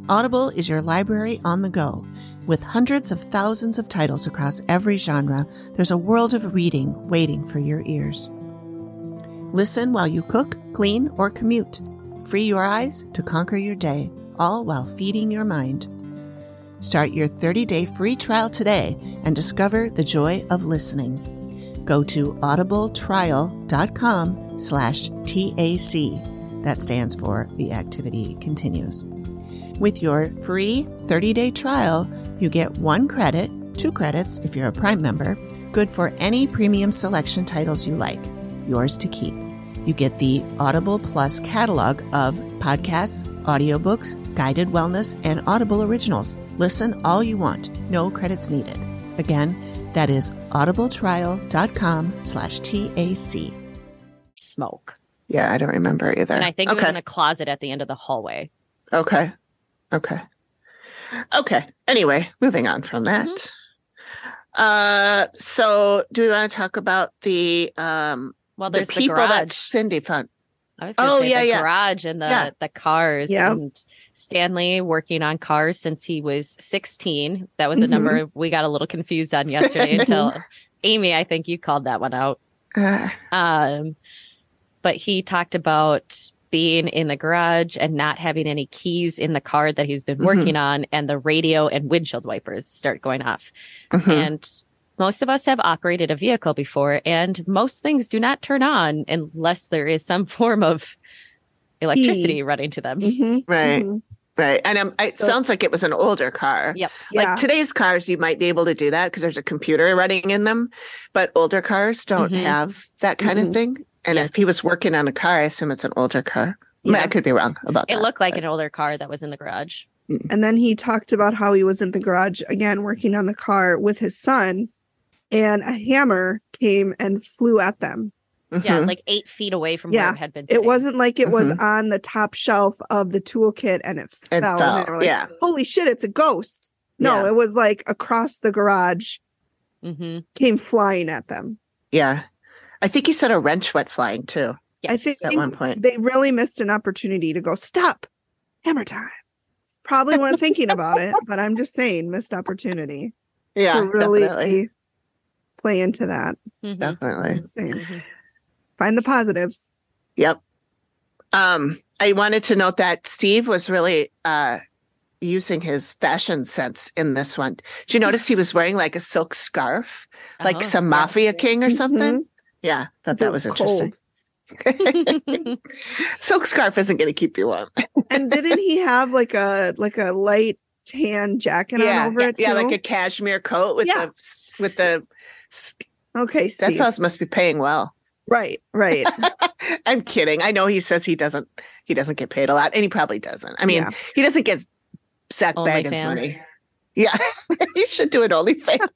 Speaker 2: Audible is your library on the go. With hundreds of thousands of titles across every genre, there's a world of reading waiting for your ears. Listen while you cook, clean, or commute. Free your eyes to conquer your day, all while feeding your mind. Start your 30-day free trial today and discover the joy of listening. Go to audibletrial.com slash TAC. That stands for The Activity Continues. With your free 30-day trial, you get one credit, two credits if you're a Prime member, good for any premium selection titles you like, yours to keep. You get the Audible Plus catalog of podcasts, audiobooks, guided wellness, and Audible originals. Listen all you want. No credits needed. Again, that is audibletrial.com slash TAC.
Speaker 1: smoke.
Speaker 5: Yeah, I don't remember either.
Speaker 1: And I think it was
Speaker 5: Okay.
Speaker 1: in a closet at the end of the hallway.
Speaker 5: Okay. Okay. Okay. Anyway, moving on from that.
Speaker 1: Mm-hmm.
Speaker 5: Uh so do we want to talk about the um
Speaker 1: Well,
Speaker 5: the
Speaker 1: there's the,
Speaker 5: people that
Speaker 1: garage.
Speaker 5: Cindy found?
Speaker 1: I was going to
Speaker 5: Oh,
Speaker 1: say
Speaker 5: yeah,
Speaker 1: the
Speaker 5: yeah.
Speaker 1: garage and the,
Speaker 5: Yeah.
Speaker 1: the cars.
Speaker 3: Yeah.
Speaker 1: And Stanley working on cars since he was 16. That
Speaker 5: Mm-hmm.
Speaker 1: was a number we got a little confused on yesterday
Speaker 5: [LAUGHS]
Speaker 1: until Amy, I think you called that one out.
Speaker 5: Uh,
Speaker 1: Um, but he talked about being in the garage and not having any keys in the car that he's been
Speaker 5: Mhm.
Speaker 1: working on, and the radio and windshield wipers start going off.
Speaker 5: mhm.
Speaker 1: And most of us have operated a vehicle before, and most things do not turn on unless there is some [LAUGHS] form of electricity running to
Speaker 5: Mm-hmm.
Speaker 1: them.
Speaker 3: Mhm.
Speaker 5: Right.
Speaker 1: Mm-hmm.
Speaker 3: Mhm.
Speaker 5: Right. And um, it
Speaker 3: So-
Speaker 5: sounds like it was an older car.
Speaker 1: Yep.
Speaker 3: Yeah.
Speaker 5: Like today's cars, you might be able to do that because there's a computer running in them, but older cars don't
Speaker 1: Mhm.
Speaker 5: have that kind
Speaker 3: Mhm.
Speaker 5: of thing. And
Speaker 1: Yeah.
Speaker 5: if he was working on a car, I assume it's an older car. I, mean, I
Speaker 3: Yeah.
Speaker 5: could be wrong about
Speaker 1: It
Speaker 5: that.
Speaker 1: looked like
Speaker 5: but-
Speaker 1: an older car that was in the garage.
Speaker 3: And then he talked about how he was in the garage again working on the car with his son, and a hammer came and flew at them.
Speaker 1: Yeah,
Speaker 5: Mhm.
Speaker 1: like eight feet away from
Speaker 3: Yeah.
Speaker 1: where it had been.
Speaker 3: It
Speaker 1: sitting.
Speaker 3: wasn't like it was
Speaker 5: Mm-hmm.
Speaker 3: on the top shelf of the toolkit and it fell.
Speaker 5: It
Speaker 3: And they
Speaker 5: fell,
Speaker 3: were like,
Speaker 5: yeah.
Speaker 3: Holy shit, it's a ghost. No,
Speaker 5: Yeah.
Speaker 3: it was like across the garage
Speaker 1: Mhm.
Speaker 3: came flying at them.
Speaker 5: Yeah. I think he said a wrench went flying too.
Speaker 1: Yes.
Speaker 3: I think
Speaker 5: at one point.
Speaker 3: they really missed an opportunity to go stop hammer time. Probably weren't thinking about it, but I'm just saying missed opportunity
Speaker 5: [LAUGHS] Yeah,
Speaker 3: to really
Speaker 5: definitely.
Speaker 3: play into that.
Speaker 1: Mhm,
Speaker 5: Definitely.
Speaker 3: Same.
Speaker 1: mhm.
Speaker 3: Find the positives.
Speaker 5: Yep. Um, I wanted to note that Steve was really uh using his fashion sense in this one. Did you notice he was wearing like a silk scarf, like
Speaker 1: Oh,
Speaker 5: some
Speaker 1: yeah. [LAUGHS]
Speaker 5: mafia king or something?
Speaker 3: Mhm.
Speaker 5: Yeah, thought
Speaker 3: So
Speaker 5: that was
Speaker 3: it's
Speaker 5: interesting. Silk scarf isn't going to keep you warm.
Speaker 3: [LAUGHS] and didn't he have like a like a light tan jacket
Speaker 5: yeah,
Speaker 3: on over it?
Speaker 5: yeah,
Speaker 3: too?
Speaker 5: like a cashmere coat with
Speaker 3: Yeah.
Speaker 5: the s- with the. s-
Speaker 3: okay,
Speaker 5: That
Speaker 3: Steve.
Speaker 5: house must be paying well.
Speaker 3: right, right.
Speaker 5: I'm kidding. I know he says he doesn't. He doesn't get paid a lot, and he probably doesn't. I mean,
Speaker 3: Yeah.
Speaker 5: he doesn't get Zach Baggins
Speaker 1: OnlyFans.
Speaker 5: money. Yeah, [LAUGHS] he should do an OnlyFans.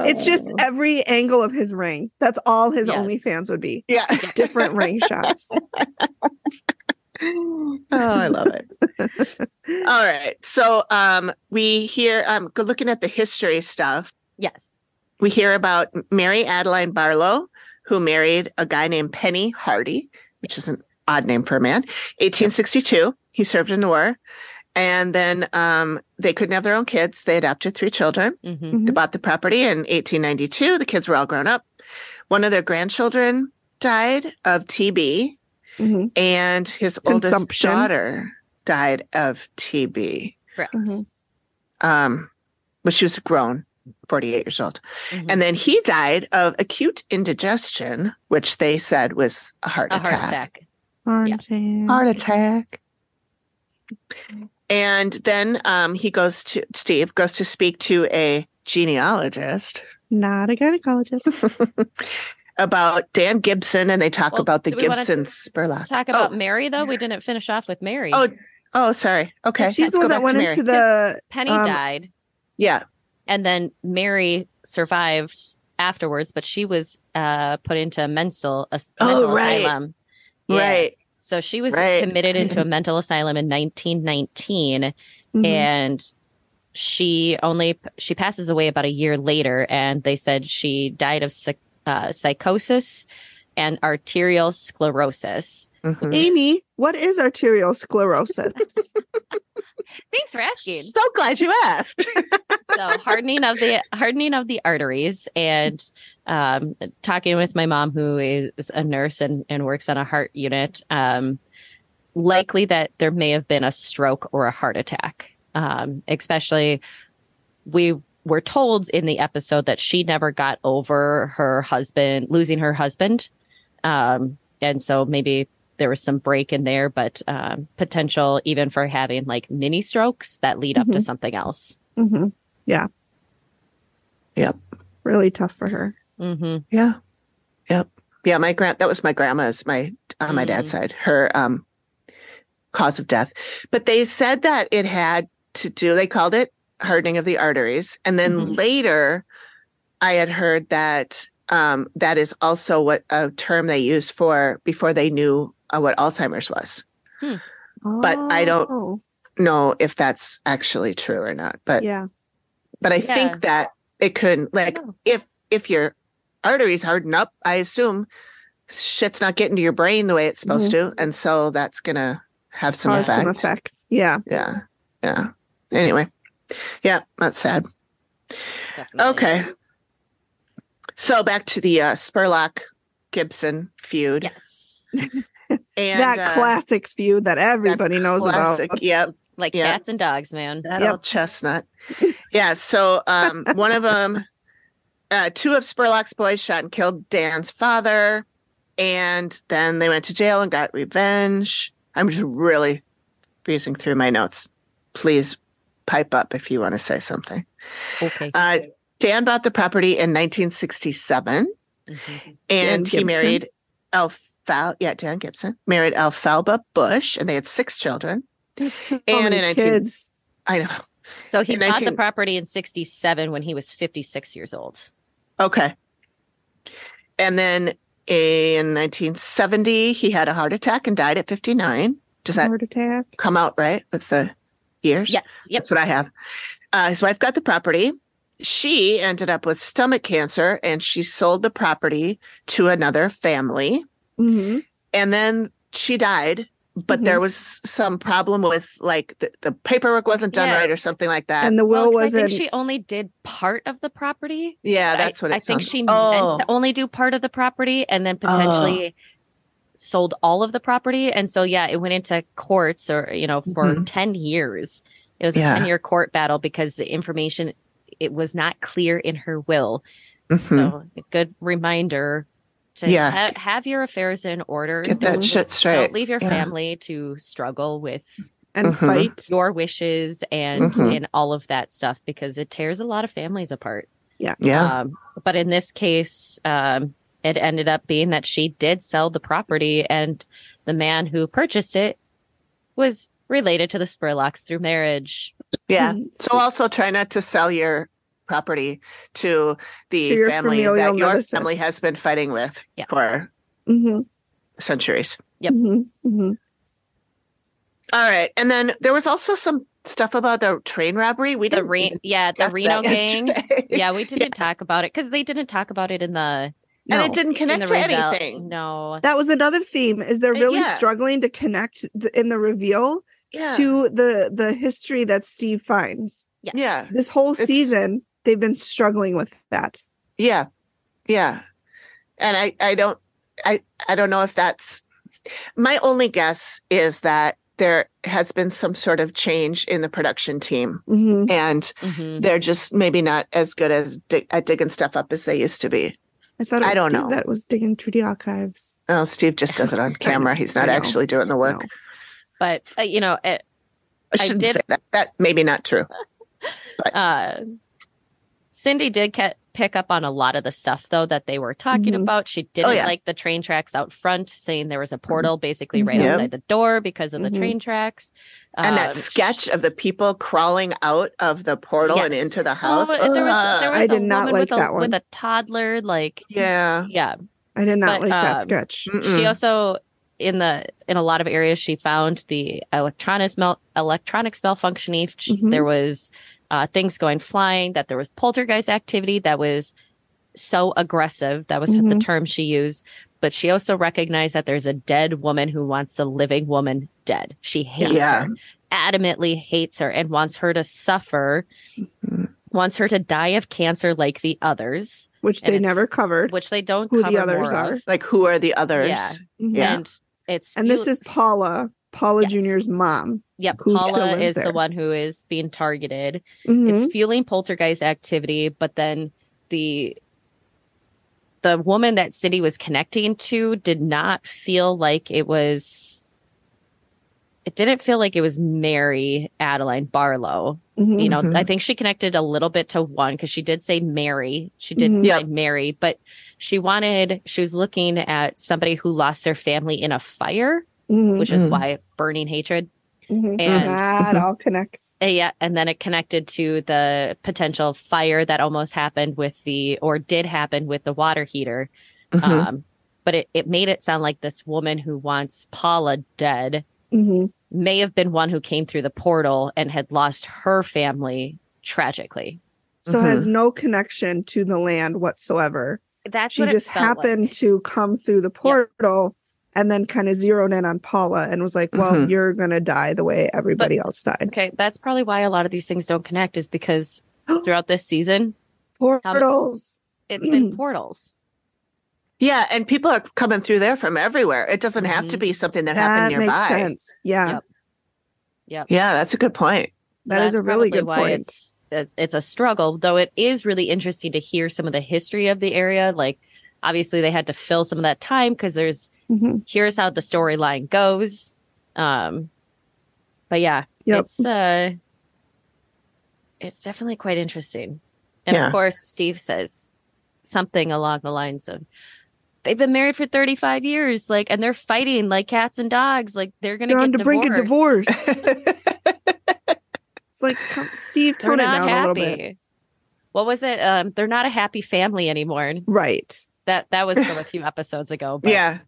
Speaker 3: it's just
Speaker 5: [LAUGHS] Oh.
Speaker 3: every angle of his ring. That's all his
Speaker 1: Yes.
Speaker 3: OnlyFans would be.
Speaker 5: yeah. [LAUGHS]
Speaker 3: Different ring shots.
Speaker 5: Oh, I love it. All right. So um we hear um go- looking at the history stuff,
Speaker 1: yes.
Speaker 5: we hear about Mary Adeline Barlow, who married a guy named Penny Hardy, which is an odd name for a man. 1862, he served in the war. And then um, they couldn't have their own kids. They adopted three children.
Speaker 1: Mm-hmm.
Speaker 5: They bought the property in 1892. The kids were all grown up. One of their grandchildren died of TB, Mm-hmm,
Speaker 3: Mhm,
Speaker 5: and his oldest
Speaker 3: Consumption.
Speaker 5: daughter died of TB.
Speaker 1: Correct.
Speaker 5: Mm-hmm.
Speaker 3: mhm.
Speaker 5: Um, but she was grown, 48 years old.
Speaker 1: Mhm.
Speaker 5: And then he died of acute indigestion, which they said was a heart
Speaker 1: A
Speaker 5: attack.
Speaker 1: heart attack.
Speaker 5: Heart attack. And then um, he goes to Steve goes to speak to a genealogist
Speaker 6: Not a gynecologist.
Speaker 5: about Dan Gibson, and they talk
Speaker 1: Well,
Speaker 5: about the
Speaker 1: do we wanna
Speaker 5: Gibson Spurlock.
Speaker 1: Talk about
Speaker 5: Oh.
Speaker 1: Mary though. We didn't finish off with Mary.
Speaker 5: Oh, Oh, sorry. Okay,
Speaker 3: She's
Speaker 5: let's
Speaker 3: the
Speaker 5: go
Speaker 3: one
Speaker 5: back
Speaker 3: that went
Speaker 5: to Mary.
Speaker 3: into the
Speaker 1: Penny
Speaker 3: um,
Speaker 1: died,
Speaker 5: yeah,
Speaker 1: and then Mary survived afterwards, but she was uh, put into mental, a s-
Speaker 5: Oh,
Speaker 1: mental
Speaker 5: right.
Speaker 1: asylum. Yeah.
Speaker 5: right.
Speaker 1: So she was
Speaker 5: Right.
Speaker 1: committed into
Speaker 5: [LAUGHS]
Speaker 1: a mental asylum in 1919,
Speaker 5: Mm-hmm.
Speaker 3: Mhm.
Speaker 1: and she only she passes away about a year later and they said she died of psych- uh, psychosis and arterial [LAUGHS] sclerosis
Speaker 3: Mm-hmm.
Speaker 5: Mhm.
Speaker 3: Amy, what is arterial sclerosis?
Speaker 1: thanks for asking
Speaker 5: So glad you asked.
Speaker 1: so hardening of the hardening of the arteries and um, talking with my mom who is a nurse and, and works on a heart unit um, likely that there may have been a stroke or a heart attack um, especially we were told in the episode that she never got over her husband losing her husband um, and so maybe there was some break in there but um, potential even for having like mini strokes that lead up to
Speaker 3: Mhm.
Speaker 1: something else
Speaker 3: hmm Yeah.
Speaker 5: Mm-hmm. Yep.
Speaker 3: Really tough for her.
Speaker 1: hmm
Speaker 5: Yeah. Yep. Yeah. My grand that was my grandma's my on my dad's side. Her um cause of death. But they said that it had to do they called it hardening of the arteries. And then
Speaker 1: Mhm.
Speaker 5: later I had heard that um that is also what a term they used for before they knew uh, what Alzheimer's was. But I don't-
Speaker 3: Oh,
Speaker 5: Know if that's actually true or not. But
Speaker 3: yeah.
Speaker 5: but I
Speaker 1: Yeah.
Speaker 5: think that it could like if if your arteries harden up, I assume shit's not getting to your brain the way it's supposed to, and so that's gonna have some
Speaker 3: Mm-hmm. Cause
Speaker 5: effect.
Speaker 3: some effects. Yeah.
Speaker 5: Yeah, yeah. Anyway, yeah, that's sad.
Speaker 1: Definitely.
Speaker 5: Okay, so back to the uh, Spurlock Gibson feud
Speaker 1: Yes.
Speaker 5: and
Speaker 3: that
Speaker 5: uh,
Speaker 3: classic feud that everybody knows
Speaker 5: classic.
Speaker 3: about.
Speaker 5: Yep.
Speaker 1: Like
Speaker 5: Yeah.
Speaker 1: cats and dogs, man.
Speaker 5: That
Speaker 3: Yep. [LAUGHS]
Speaker 5: old chestnut. Yeah. So um, one of them, uh, two of Spurlock's boys shot and killed Dan's father, and then they went to jail and got revenge. I'm just really breezing through my notes. Please pipe up if you want to say something.
Speaker 1: Okay.
Speaker 5: Uh, Dan bought the property in 1967
Speaker 1: Mhm.
Speaker 5: and he
Speaker 3: Gibson.
Speaker 5: married Alfal. Yeah, Dan Gibson married Alfalba Bush, and they had six children.
Speaker 6: That's so
Speaker 3: So
Speaker 5: And
Speaker 3: many
Speaker 5: in 19-
Speaker 3: kids.
Speaker 5: I know.
Speaker 1: So he
Speaker 5: In
Speaker 1: bought the
Speaker 5: 19
Speaker 1: property in 67 when he was 56 years old.
Speaker 5: Okay. And then in 1970, he had a heart attack and died at 59. Does that
Speaker 3: heart attack.
Speaker 5: come out right with the years?
Speaker 1: Yes. Yep.
Speaker 5: That's what I have. Uh, his wife got the property. she ended up with stomach cancer and she sold the property to another family.
Speaker 3: hmm
Speaker 5: And then she died, but
Speaker 3: Mhm.
Speaker 5: there
Speaker 1: Mm-hmm.
Speaker 5: was some problem with like the, the paperwork wasn't done
Speaker 1: Yeah.
Speaker 5: right or something like that.
Speaker 3: And the
Speaker 1: Well,
Speaker 3: will
Speaker 1: 'cause
Speaker 3: wasn't.
Speaker 1: I think she only did part of the property.
Speaker 5: yeah,
Speaker 1: I-
Speaker 5: that's what it
Speaker 1: I think
Speaker 5: sounds-
Speaker 1: she
Speaker 5: Oh. Oh.
Speaker 1: meant to only do part of the property and then potentially sold all of the property. And so yeah, it went into courts or you know for
Speaker 5: Mhm.
Speaker 1: ten years. It was a
Speaker 5: Yeah.
Speaker 1: ten year court battle because the information it was not clear in her will.
Speaker 5: Mhm.
Speaker 1: So a good reminder to
Speaker 5: Yeah.
Speaker 1: ha- have your affairs in order.
Speaker 5: Get that
Speaker 1: Don't-
Speaker 5: shit straight.
Speaker 1: Don't leave your
Speaker 5: Yeah.
Speaker 1: family to struggle with
Speaker 3: and
Speaker 5: Mhm.
Speaker 3: fight.
Speaker 1: your wishes and
Speaker 5: Mhm.
Speaker 1: and all of that stuff because it tears a lot of families apart.
Speaker 5: Yeah.
Speaker 1: Um, but in this case, um, it ended up being that she did sell the property, and the man who purchased it was related to the Spurlocks through marriage.
Speaker 5: yeah.
Speaker 3: Mhm.
Speaker 5: So also try not to sell your property to the
Speaker 3: To your
Speaker 5: family
Speaker 3: familial
Speaker 5: that your
Speaker 3: nemesis.
Speaker 5: family has been fighting with
Speaker 1: Yeah.
Speaker 5: for
Speaker 3: hmm
Speaker 5: centuries.
Speaker 1: Yep.
Speaker 3: hmm hmm
Speaker 5: All right. And then there was also some stuff about the train robbery. We
Speaker 1: The
Speaker 5: didn't
Speaker 1: Re-
Speaker 5: even
Speaker 1: yeah, the
Speaker 5: discuss
Speaker 1: Reno
Speaker 5: that [LAUGHS]
Speaker 1: gang.
Speaker 5: yesterday.
Speaker 1: Yeah, we didn't talk about it because they didn't talk about it in the
Speaker 5: [LAUGHS] and
Speaker 3: No.
Speaker 5: it didn't
Speaker 1: in
Speaker 5: connect
Speaker 1: the
Speaker 5: to
Speaker 1: revel-
Speaker 5: anything.
Speaker 1: No,
Speaker 3: that was another theme. Is they're
Speaker 5: Uh,
Speaker 3: really
Speaker 5: yeah.
Speaker 3: struggling to connect the, in the reveal
Speaker 5: Yeah.
Speaker 3: to the the history that Steve finds.
Speaker 1: yes.
Speaker 5: Yeah.
Speaker 3: This whole
Speaker 5: It's-
Speaker 3: season, they've been struggling with that.
Speaker 5: Yeah. Yeah. And I I don't I I don't know if that's my only guess is that there has been some sort of change in the production team
Speaker 3: Mhm.
Speaker 5: and
Speaker 1: Mhm.
Speaker 5: they're just maybe not as good as dig- at digging stuff up as they used to be.
Speaker 3: I thought it
Speaker 5: I
Speaker 3: was
Speaker 5: don't
Speaker 3: Steve
Speaker 5: know.
Speaker 3: that was digging through the archives.
Speaker 5: Oh, Steve just does it on camera. He's not
Speaker 3: [LAUGHS] I know.
Speaker 5: actually doing the work.
Speaker 3: No.
Speaker 1: But uh, you know, it,
Speaker 5: I
Speaker 1: I
Speaker 5: shouldn't
Speaker 1: did-
Speaker 5: say that. That may be not true.
Speaker 1: uh, Cindy did ca- pick up on a lot of the stuff though that they were talking
Speaker 3: Mhm.
Speaker 1: about. She didn't
Speaker 5: Mm-hmm. Oh, yeah. Mm-hmm.
Speaker 1: like the train tracks out front, saying there was a portal basically right
Speaker 3: Mhm.
Speaker 5: Yep.
Speaker 1: outside the door because of the
Speaker 3: Mhm.
Speaker 1: train tracks.
Speaker 5: Mm-hmm. and
Speaker 1: Um,
Speaker 5: that sketch of the people crawling out of the portal and
Speaker 1: yes.
Speaker 5: into the house.
Speaker 1: Oh, and there was,
Speaker 5: Ugh.
Speaker 1: there was
Speaker 3: I did
Speaker 1: a
Speaker 3: not
Speaker 1: woman
Speaker 3: like
Speaker 1: with a,
Speaker 3: that one.
Speaker 1: with a toddler. Like,
Speaker 5: yeah.
Speaker 1: yeah.
Speaker 3: I did not
Speaker 1: But,
Speaker 3: like that
Speaker 1: um,
Speaker 3: sketch.
Speaker 5: Mm-mm.
Speaker 1: She also in the in a lot of areas she found the electronics mal- electronics malfunctioning. She-
Speaker 3: Mhm.
Speaker 1: There was uh, things going flying. That there was poltergeist activity that was so aggressive. That was the
Speaker 3: Mhm.
Speaker 1: term she used. But she also recognized that there's a dead woman who wants the living woman dead. She hates
Speaker 5: Yeah.
Speaker 1: her, adamantly hates her, and wants her to suffer.
Speaker 3: Mm-hmm.
Speaker 5: Mhm.
Speaker 1: Wants her to die of cancer like the others,
Speaker 3: which
Speaker 1: and
Speaker 3: they
Speaker 1: it's-
Speaker 3: never covered.
Speaker 1: which they don't
Speaker 3: Who the
Speaker 1: cover
Speaker 3: others
Speaker 1: more
Speaker 3: are.
Speaker 1: of.
Speaker 5: like who are the others?
Speaker 1: Yeah.
Speaker 3: Mhm.
Speaker 5: Yeah.
Speaker 1: And it's
Speaker 3: And this is Paula, Paula
Speaker 1: Yes.
Speaker 3: Jr.'s mom.
Speaker 1: Yep,
Speaker 3: who still
Speaker 1: Paula
Speaker 3: lives
Speaker 1: is the
Speaker 3: there.
Speaker 1: one who is being targeted.
Speaker 3: Mhm.
Speaker 1: It's fueling poltergeist activity, but then the the woman that Cindy was connecting to did not feel like it was it didn't feel like it was Mary Adeline Barlow.
Speaker 3: Mhm.
Speaker 1: You know,
Speaker 5: Mhm.
Speaker 1: I think she connected a little bit to one because she did say Mary. She did
Speaker 3: Mhm.
Speaker 1: find Mary, but she wanted she was looking at somebody who lost their family in a fire,
Speaker 3: Mhm.
Speaker 1: which is
Speaker 5: Mhm.
Speaker 1: why burning hatred
Speaker 3: Mhm.
Speaker 1: and-
Speaker 3: that all connects.
Speaker 1: Uh, Yeah, and then it connected to the potential fire that almost happened with the or did happen with the water heater.
Speaker 5: Mhm.
Speaker 3: Mm-hmm.
Speaker 1: Um, but it, it made it sound like this woman who wants Paula dead
Speaker 3: Mhm.
Speaker 1: may have been one who came through the portal and had lost her family tragically.
Speaker 3: So has
Speaker 5: Mm-hmm.
Speaker 3: no connection to the land whatsoever.
Speaker 1: That's
Speaker 3: she
Speaker 1: what it
Speaker 3: just
Speaker 1: felt
Speaker 3: happened
Speaker 1: like.
Speaker 3: to come through the portal and then kind of zeroed in on Paula and was like, "Well,
Speaker 5: Mhm.
Speaker 3: you're gonna die the way everybody else died."
Speaker 1: Okay, that's probably why a lot of these things don't connect is
Speaker 3: [GASPS]
Speaker 1: because throughout this season
Speaker 3: Portals.
Speaker 1: it's
Speaker 3: [CLEARS THROAT]
Speaker 1: been portals.
Speaker 5: Yeah, and people are coming through there from everywhere. It doesn't have to
Speaker 1: Mhm.
Speaker 5: be something that,
Speaker 3: That
Speaker 5: happened
Speaker 3: makes
Speaker 5: nearby.
Speaker 3: sense. Yeah,
Speaker 1: Yep. Yep.
Speaker 5: Yeah, that's a good point.
Speaker 3: That is
Speaker 1: that's
Speaker 3: a really
Speaker 1: probably
Speaker 3: good
Speaker 1: why
Speaker 3: point.
Speaker 1: It's it- it's a struggle, though. It is really interesting to hear some of the history of the area. Like, obviously, they had to fill some of that time because there's
Speaker 3: Mhm.
Speaker 1: here's how the storyline goes. Um, but yeah,
Speaker 3: Yep.
Speaker 1: it's uh, it's definitely quite interesting. And
Speaker 5: Yeah.
Speaker 1: of course, Steve says something along the lines of. They've been married for 35 years, like, and they're fighting like cats and dogs. Like, they're gonna
Speaker 3: You're on
Speaker 1: get
Speaker 3: the brink of
Speaker 1: divorced.
Speaker 3: divorce.
Speaker 5: [LAUGHS]
Speaker 3: it's like, come, Steve,
Speaker 1: they're
Speaker 3: tone it
Speaker 1: not
Speaker 3: down
Speaker 1: happy.
Speaker 3: a little bit.
Speaker 1: What was it? Um, they're not a happy family anymore.
Speaker 3: Right.
Speaker 1: That that was from a few episodes ago. But
Speaker 5: yeah.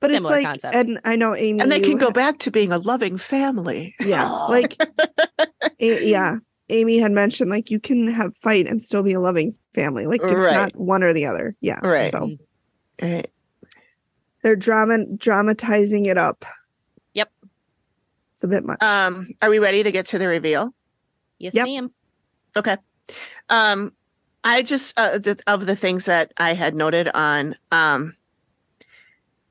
Speaker 3: But
Speaker 1: similar
Speaker 3: it's like,
Speaker 1: concept.
Speaker 3: and I know Amy. [LAUGHS]
Speaker 5: And they
Speaker 3: you
Speaker 5: [LAUGHS] can go back to being a loving family.
Speaker 3: Yeah. Like, eh, yeah. Amy had mentioned, like you can have fight and still be a loving family. Like it's
Speaker 5: Right.
Speaker 3: not one or the other. Yeah.
Speaker 5: Right.
Speaker 3: So
Speaker 5: Right.
Speaker 3: they're drama dramatizing it up.
Speaker 1: Yep.
Speaker 3: It's a bit much.
Speaker 5: Um, are we ready to get to the reveal?
Speaker 1: Yes,
Speaker 3: Yep.
Speaker 1: ma'am.
Speaker 5: Okay. Um, I just uh, the, of the things that I had noted on. Um,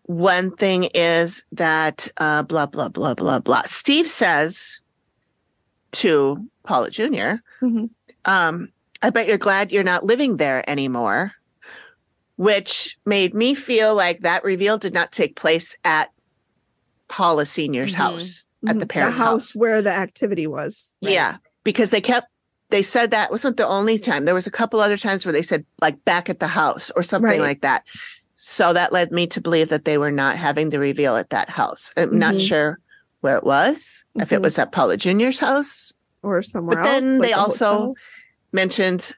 Speaker 5: one thing is that uh, blah blah blah blah blah. Steve says to Paula junior
Speaker 3: Mhm.
Speaker 5: um, "I bet you're glad you're not living there anymore," which made me feel like that reveal did not take place at Paula Senior's
Speaker 1: Mhm.
Speaker 5: house at Mm-hmm. the
Speaker 3: Mhm.
Speaker 5: parents' house.
Speaker 3: where the activity was.
Speaker 5: Yeah, because they kept they said that wasn't the only time. There was a couple other times where they said like back at the house or something
Speaker 3: Right.
Speaker 5: like that. So that led me to believe that they were not having the reveal at that house. I'm not
Speaker 1: Mhm.
Speaker 5: sure where it was. If it
Speaker 3: Mhm.
Speaker 5: was at Paula Junior's house,
Speaker 3: Or somewhere
Speaker 5: But then
Speaker 3: else.
Speaker 5: they
Speaker 3: a
Speaker 5: also-
Speaker 3: hotel.
Speaker 5: mentioned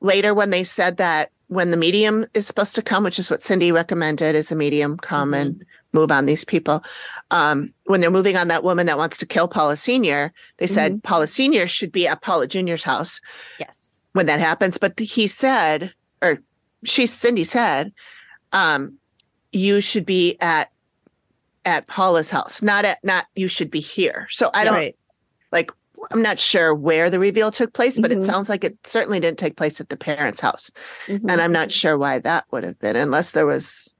Speaker 5: later when they said that when the medium is supposed to come, which is what Cindy recommended, is a medium come and move on these people. Um, when they're moving on that woman that wants to kill Paula Senior, they said Paula Senior should be at Paula Junior's house
Speaker 3: [LAUGHS]
Speaker 1: Yes.
Speaker 5: when that happens. But he said, or she, Cindy said, um, you should be at at Paula's house, not at not you should be here. So I don't
Speaker 3: Right.
Speaker 5: I'm not sure where the reveal took place, but it
Speaker 3: Mhm.
Speaker 5: sounds like it certainly didn't take place at the parents' house.
Speaker 3: Mhm.
Speaker 5: And uh, I'm not sure why that would have been, unless there was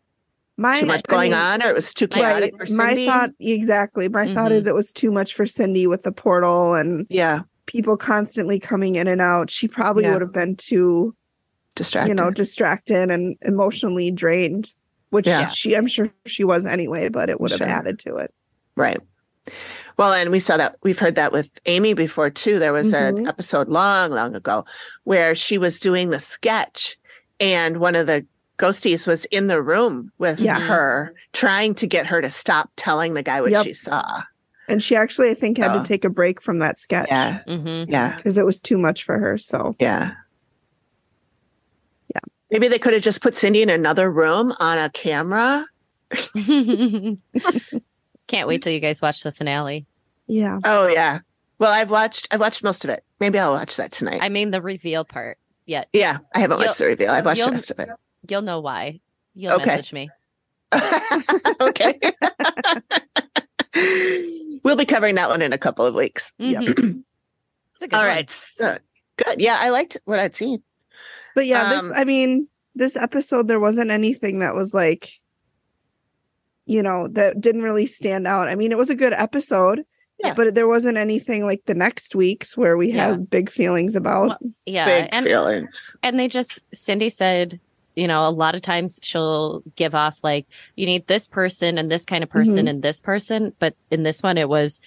Speaker 3: My-
Speaker 5: too much
Speaker 3: I
Speaker 5: going
Speaker 3: mean,
Speaker 5: on or it was too chaotic for Cindy. Mm-hmm.
Speaker 3: My thought exactly. My thought
Speaker 1: Mhm.
Speaker 3: is it was too much for Cindy with the portal and
Speaker 5: yeah,
Speaker 3: people constantly coming in and out. She probably
Speaker 5: Yeah.
Speaker 3: would have been too,
Speaker 5: distracted.
Speaker 3: you know, distracted and emotionally drained, which
Speaker 5: Yeah.
Speaker 3: she I'm sure she was anyway, but it would have
Speaker 5: Sure.
Speaker 3: added to it.
Speaker 5: right. Well, and we saw that we've heard that with Amy before too. There was an
Speaker 3: Mhm.
Speaker 5: episode long, long ago where she was doing the sketch and one of the ghosties was in the room with
Speaker 3: Yeah.
Speaker 5: her
Speaker 1: Mm-hmm.
Speaker 5: trying to get her to stop telling the guy what
Speaker 3: Yep.
Speaker 5: she saw.
Speaker 3: And she actually I think had
Speaker 5: Oh.
Speaker 3: to take a break from that sketch
Speaker 5: Yeah.
Speaker 1: Mm-hmm. [LAUGHS]
Speaker 5: Yeah.
Speaker 3: because it was too much for her. So
Speaker 5: Yeah.
Speaker 3: Yeah.
Speaker 5: Maybe they could have just put Cindy in another room on a camera.
Speaker 1: Can't wait till you guys watch the finale.
Speaker 3: yeah.
Speaker 5: Oh yeah. Well, I've watched I've watched most of it. Maybe I'll watch that tonight.
Speaker 1: I mean, the reveal part. Yet
Speaker 5: yeah, I haven't watched the reveal. I've watched the
Speaker 1: you'll-
Speaker 5: rest of it.
Speaker 1: you'll know why. You'll
Speaker 5: Okay.
Speaker 1: message me.
Speaker 5: [LAUGHS] okay. we'll be covering that one in a couple of weeks.
Speaker 3: Yep.
Speaker 1: Mhm. It's a good
Speaker 5: All
Speaker 1: one.
Speaker 5: right. So, good. Yeah, I liked what I'd seen.
Speaker 3: But yeah,
Speaker 5: Um,
Speaker 3: this I mean, this episode there wasn't anything that was like you know, that didn't really stand out. I mean, it was a good episode, but there wasn't anything like the next week's where we
Speaker 1: Yeah.
Speaker 3: had big feelings about.
Speaker 1: Yeah.
Speaker 5: big
Speaker 1: and
Speaker 5: feeling.
Speaker 1: [LAUGHS] and they just Cindy said, you know, a lot of times she'll give off like you need this person and this kind of person and this person, but in this one it was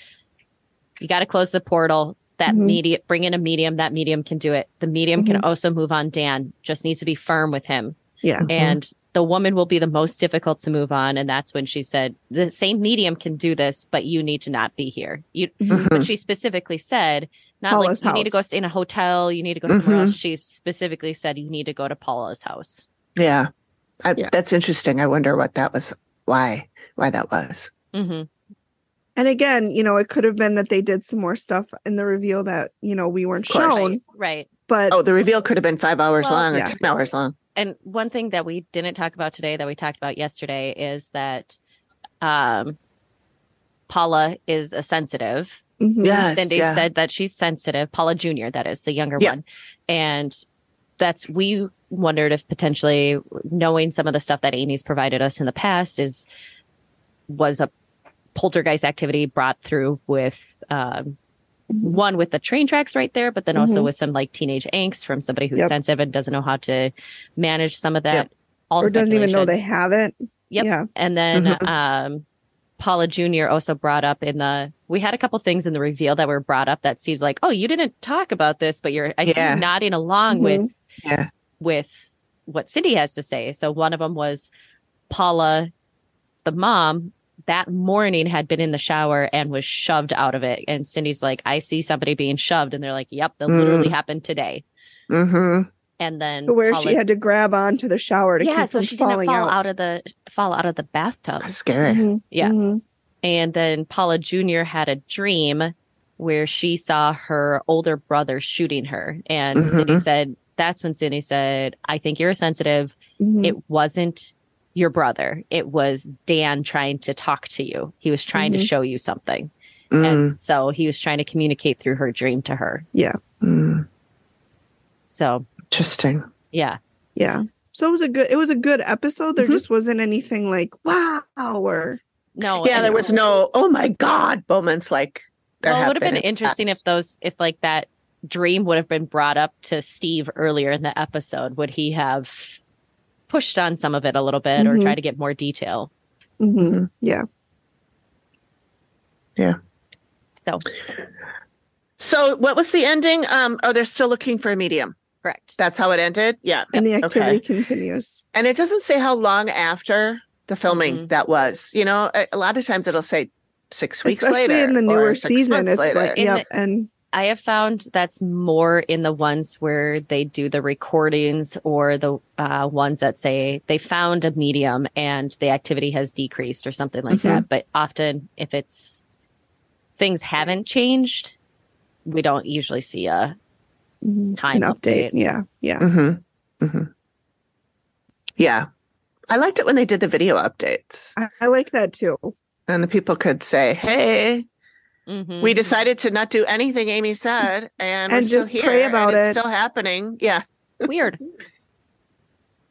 Speaker 1: you got to close the portal. That
Speaker 3: Mhm.
Speaker 1: media bring in a medium. That medium can do it. The medium can also move on. Dan just needs to be firm with him,
Speaker 3: yeah.
Speaker 1: and the woman will be the most difficult to move on. And that's when she said, "The same medium can do this, but you need to not be here. You
Speaker 5: mm-hmm.
Speaker 1: but she specifically said not
Speaker 3: Hmm. Paula's
Speaker 1: like you need to go
Speaker 3: house. Mm-hmm.
Speaker 1: stay in a hotel, you need to go somewhere
Speaker 5: Mhm.
Speaker 1: else. She specifically said you need to go to Paula's house.
Speaker 5: Yeah. I,
Speaker 3: Yeah.
Speaker 5: That's interesting. I wonder what that was why why that was.
Speaker 1: hmm
Speaker 3: And again, you know, it could have been that they did some more stuff in the reveal that, you know, we weren't
Speaker 5: Of course.
Speaker 3: shown,
Speaker 1: Right.
Speaker 3: but
Speaker 5: Oh, the reveal could have been five hours
Speaker 1: Well,
Speaker 5: long or
Speaker 3: yeah.
Speaker 5: ten hours long.
Speaker 1: And one thing that we didn't talk about today that we talked about yesterday is that um, Paula is a sensitive.
Speaker 3: Mhm.
Speaker 5: Yes,
Speaker 1: Cindy
Speaker 5: yeah.
Speaker 1: said that she's sensitive. Paula Jr., that is the younger
Speaker 5: Yeah.
Speaker 1: one. And that's, we wondered if potentially knowing some of the stuff that Amy's provided us in the past is, was a poltergeist activity brought through with, um,
Speaker 3: Mm-hmm.
Speaker 1: one with the train tracks right there, but then also
Speaker 3: Mhm.
Speaker 1: with some like teenage angst from somebody who's
Speaker 3: Yep.
Speaker 1: sensitive and doesn't know how to manage some of that. All
Speaker 3: or doesn't even know
Speaker 1: speculation.
Speaker 3: they have it.
Speaker 1: Yep.
Speaker 3: Yeah.
Speaker 1: And then
Speaker 5: Mhm.
Speaker 1: um, Paula Jr. also brought up in the we had a couple things in the reveal that were brought up that seems like, oh, you didn't talk about this, but you're I see
Speaker 5: Yeah.
Speaker 1: you nodding along with
Speaker 5: Yeah.
Speaker 1: with what Cindy has to say. So one of them was Paula, the mom, that morning had been in the shower and was shoved out of it. And Cindy's like, I see somebody being shoved, and they're like, Yep, that
Speaker 5: Mm.
Speaker 1: literally happened today.
Speaker 5: Mm-hmm.
Speaker 1: And then
Speaker 3: But where
Speaker 1: Paula-
Speaker 3: she had to grab onto the shower to
Speaker 1: yeah,
Speaker 3: keep
Speaker 1: so
Speaker 3: from
Speaker 1: she didn't
Speaker 3: falling
Speaker 1: fall out.
Speaker 3: out. Mm-hmm.
Speaker 1: of the fall out of the bathtub.
Speaker 5: That's scary.
Speaker 3: Mhm.
Speaker 1: Yeah.
Speaker 3: Mhm.
Speaker 1: And then Paula Jr. had a dream where she saw her older brother shooting her. And
Speaker 5: Mhm.
Speaker 1: Sydney said, that's when Sydney said, I think you're sensitive.
Speaker 5: Mm-hmm.
Speaker 3: Mhm.
Speaker 1: It wasn't your brother. It was Dan trying to talk to you. He was trying to
Speaker 3: Mhm.
Speaker 1: show you something.
Speaker 5: Mm-hmm. Mm,
Speaker 1: And so he was trying to communicate through her dream to her.
Speaker 5: mm,
Speaker 1: So
Speaker 5: interesting.
Speaker 1: yeah.
Speaker 3: yeah. So it was a good it was a good episode. There
Speaker 5: Mhm.
Speaker 3: just wasn't anything like wow or
Speaker 1: No.
Speaker 5: yeah,
Speaker 1: and-
Speaker 5: there was no, oh my God, moments like there
Speaker 1: well, it
Speaker 5: have
Speaker 1: would have been,
Speaker 5: in the
Speaker 1: interesting
Speaker 5: past.
Speaker 1: if those, if like that dream would have been brought up to Steve earlier in the episode, would he have pushed on some of it a little bit or
Speaker 5: Mm-hmm.
Speaker 3: Mhm.
Speaker 1: try to get more detail?
Speaker 3: Mhm.
Speaker 5: Mhm.
Speaker 3: yeah.
Speaker 1: So
Speaker 5: So, what was the ending? Um, oh, they're still looking for a medium.
Speaker 1: correct.
Speaker 5: That's how it ended. Yeah,
Speaker 3: And the
Speaker 5: okay.
Speaker 3: activity continues.
Speaker 5: and it doesn't say how long after the filming
Speaker 1: Mhm.
Speaker 5: that was. You know, a, a lot of times it'll say six weeks
Speaker 3: Especially
Speaker 5: later,
Speaker 3: in the
Speaker 5: or
Speaker 3: newer
Speaker 5: six
Speaker 3: season.
Speaker 5: months
Speaker 3: It's
Speaker 5: later.
Speaker 3: like
Speaker 1: In
Speaker 3: yep. and
Speaker 1: I have found that's more in the ones where they do the recordings or the uh, ones that say they found a medium and the activity has decreased or something like
Speaker 5: Mm-hmm.
Speaker 1: that. But often, if it's things haven't changed, we don't usually see a
Speaker 3: mhm,
Speaker 1: Time
Speaker 3: an
Speaker 1: update.
Speaker 3: update. Yeah. Yeah.
Speaker 5: Mm-hmm. Mm-hmm. Yeah, I liked it when they did the video updates
Speaker 3: I, I like that too.
Speaker 5: and the people could say, "Hey,
Speaker 1: Mhm.
Speaker 5: we decided to not do anything
Speaker 3: [LAUGHS]
Speaker 5: Amy said,
Speaker 3: And
Speaker 5: and, we're
Speaker 3: just
Speaker 5: still
Speaker 3: pray
Speaker 5: here, and
Speaker 3: about
Speaker 5: it's
Speaker 3: it."
Speaker 5: Still happening." Yeah,
Speaker 1: weird.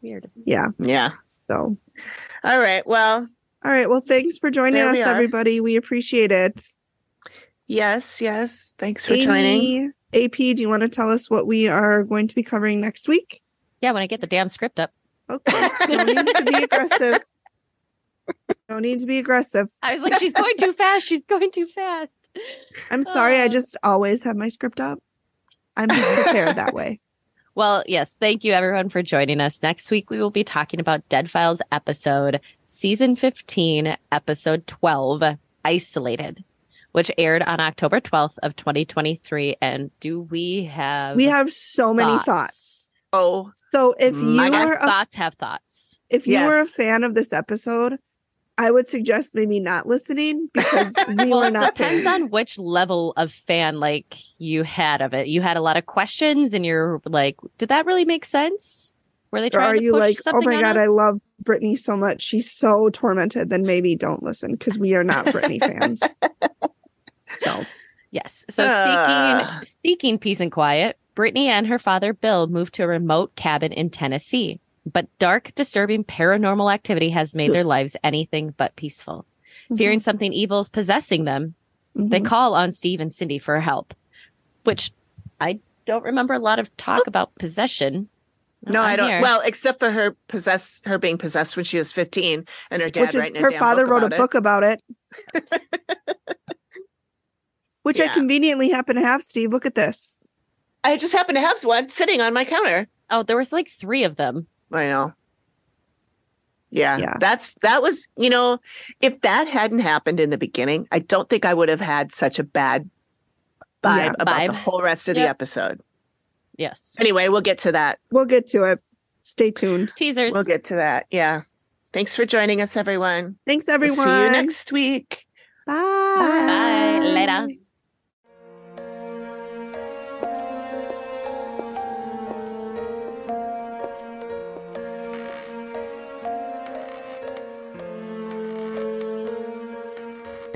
Speaker 1: Weird.
Speaker 3: Yeah.
Speaker 5: yeah.
Speaker 3: So
Speaker 5: All right. Well,
Speaker 3: all right. Well, thanks for joining
Speaker 5: There
Speaker 3: us,
Speaker 5: we are.
Speaker 3: everybody. We appreciate it.
Speaker 5: yes, yes. Thanks for joining.
Speaker 3: Amy, AP, do you want to tell us what we are going to be covering next week?
Speaker 1: Yeah, when I get the damn script up,
Speaker 3: Okay. No need to
Speaker 5: [LAUGHS]
Speaker 3: be aggressive. No need to be aggressive.
Speaker 1: I was like, she's going too fast. She's going too fast.
Speaker 3: I'm sorry. I
Speaker 5: Uh.
Speaker 1: Oh.
Speaker 3: just always have my script up. I'm just prepared that
Speaker 5: [LAUGHS]
Speaker 3: way.
Speaker 1: Well, yes, thank you everyone for joining us. Next week, we will be talking about Dead Files episode, season 15, episode 12, Isolated, which aired on October 12th of 2023. And do we have
Speaker 3: We have so many thoughts.
Speaker 5: Oh,
Speaker 3: So if you
Speaker 5: My
Speaker 1: Our
Speaker 3: are a,
Speaker 1: thoughts have thoughts.
Speaker 3: if you were a
Speaker 5: Yes.
Speaker 3: fan of this episode, I would suggest maybe not listening
Speaker 5: [LAUGHS]
Speaker 3: because
Speaker 1: [LAUGHS]
Speaker 3: we
Speaker 1: well,
Speaker 3: were
Speaker 1: it
Speaker 3: not
Speaker 1: depends
Speaker 3: fans.
Speaker 1: on which level of fan like you had of it. You had a lot of questions, and you're like, "Did that really make sense? Were they
Speaker 3: Or
Speaker 1: trying
Speaker 3: are
Speaker 1: to
Speaker 3: you
Speaker 1: push
Speaker 3: like, oh
Speaker 1: something
Speaker 3: my
Speaker 1: on
Speaker 3: god, I
Speaker 1: us?"
Speaker 3: love Brittany so much. She's so tormented. Then maybe don't listen because we are not Brittany fans. So
Speaker 1: Yes. So
Speaker 5: Ah.
Speaker 1: seeking seeking peace and quiet, Brittany and her father Bill moved to a remote cabin in Tennessee. But dark, disturbing paranormal activity has made their lives anything but peaceful.
Speaker 3: Mm-hmm.
Speaker 1: Fearing something evil is possessing them, they
Speaker 3: Mhm.
Speaker 1: call on Steve and Cindy for help. Which I don't remember a lot of
Speaker 3: Oh.
Speaker 1: talk about possession.
Speaker 5: no, I
Speaker 1: on
Speaker 5: don't.
Speaker 1: here.
Speaker 5: Well, except for her possess her being possessed when she was fifteen, and her dad
Speaker 3: Mm-hmm. which is
Speaker 5: writing a
Speaker 3: her
Speaker 5: damn
Speaker 3: father wrote a
Speaker 5: about it.
Speaker 3: book about it. Which I
Speaker 5: Yeah.
Speaker 3: conveniently happen to have, Steve. Look at this.
Speaker 5: I just happen to have one sitting on my counter.
Speaker 1: oh, there was like three of them.
Speaker 5: I know. Yeah,
Speaker 3: Yeah.
Speaker 5: that's that was you know, if that hadn't happened in the beginning, I don't think I would have had such a bad vibe
Speaker 3: Yeah,
Speaker 5: about the
Speaker 1: vibe.
Speaker 5: whole rest of the
Speaker 1: Yep.
Speaker 5: episode.
Speaker 1: Yes.
Speaker 5: Anyway, we'll get to that.
Speaker 3: We'll get to it. Stay tuned.
Speaker 1: Teasers.
Speaker 5: We'll get to that. Yeah. Thanks for joining us, everyone.
Speaker 3: Thanks,
Speaker 5: We'll
Speaker 3: everyone.
Speaker 5: see you next week.
Speaker 3: Bye.
Speaker 1: Bye. Later.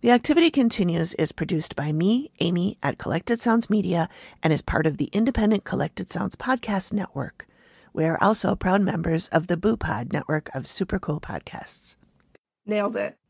Speaker 2: The Activity Continues is produced by me, Amy, at Collected Sounds Media and is part of the independent Collected Sounds Podcast Network. We are also proud members of the Boo Pod network of super cool podcasts.
Speaker 3: Nailed it.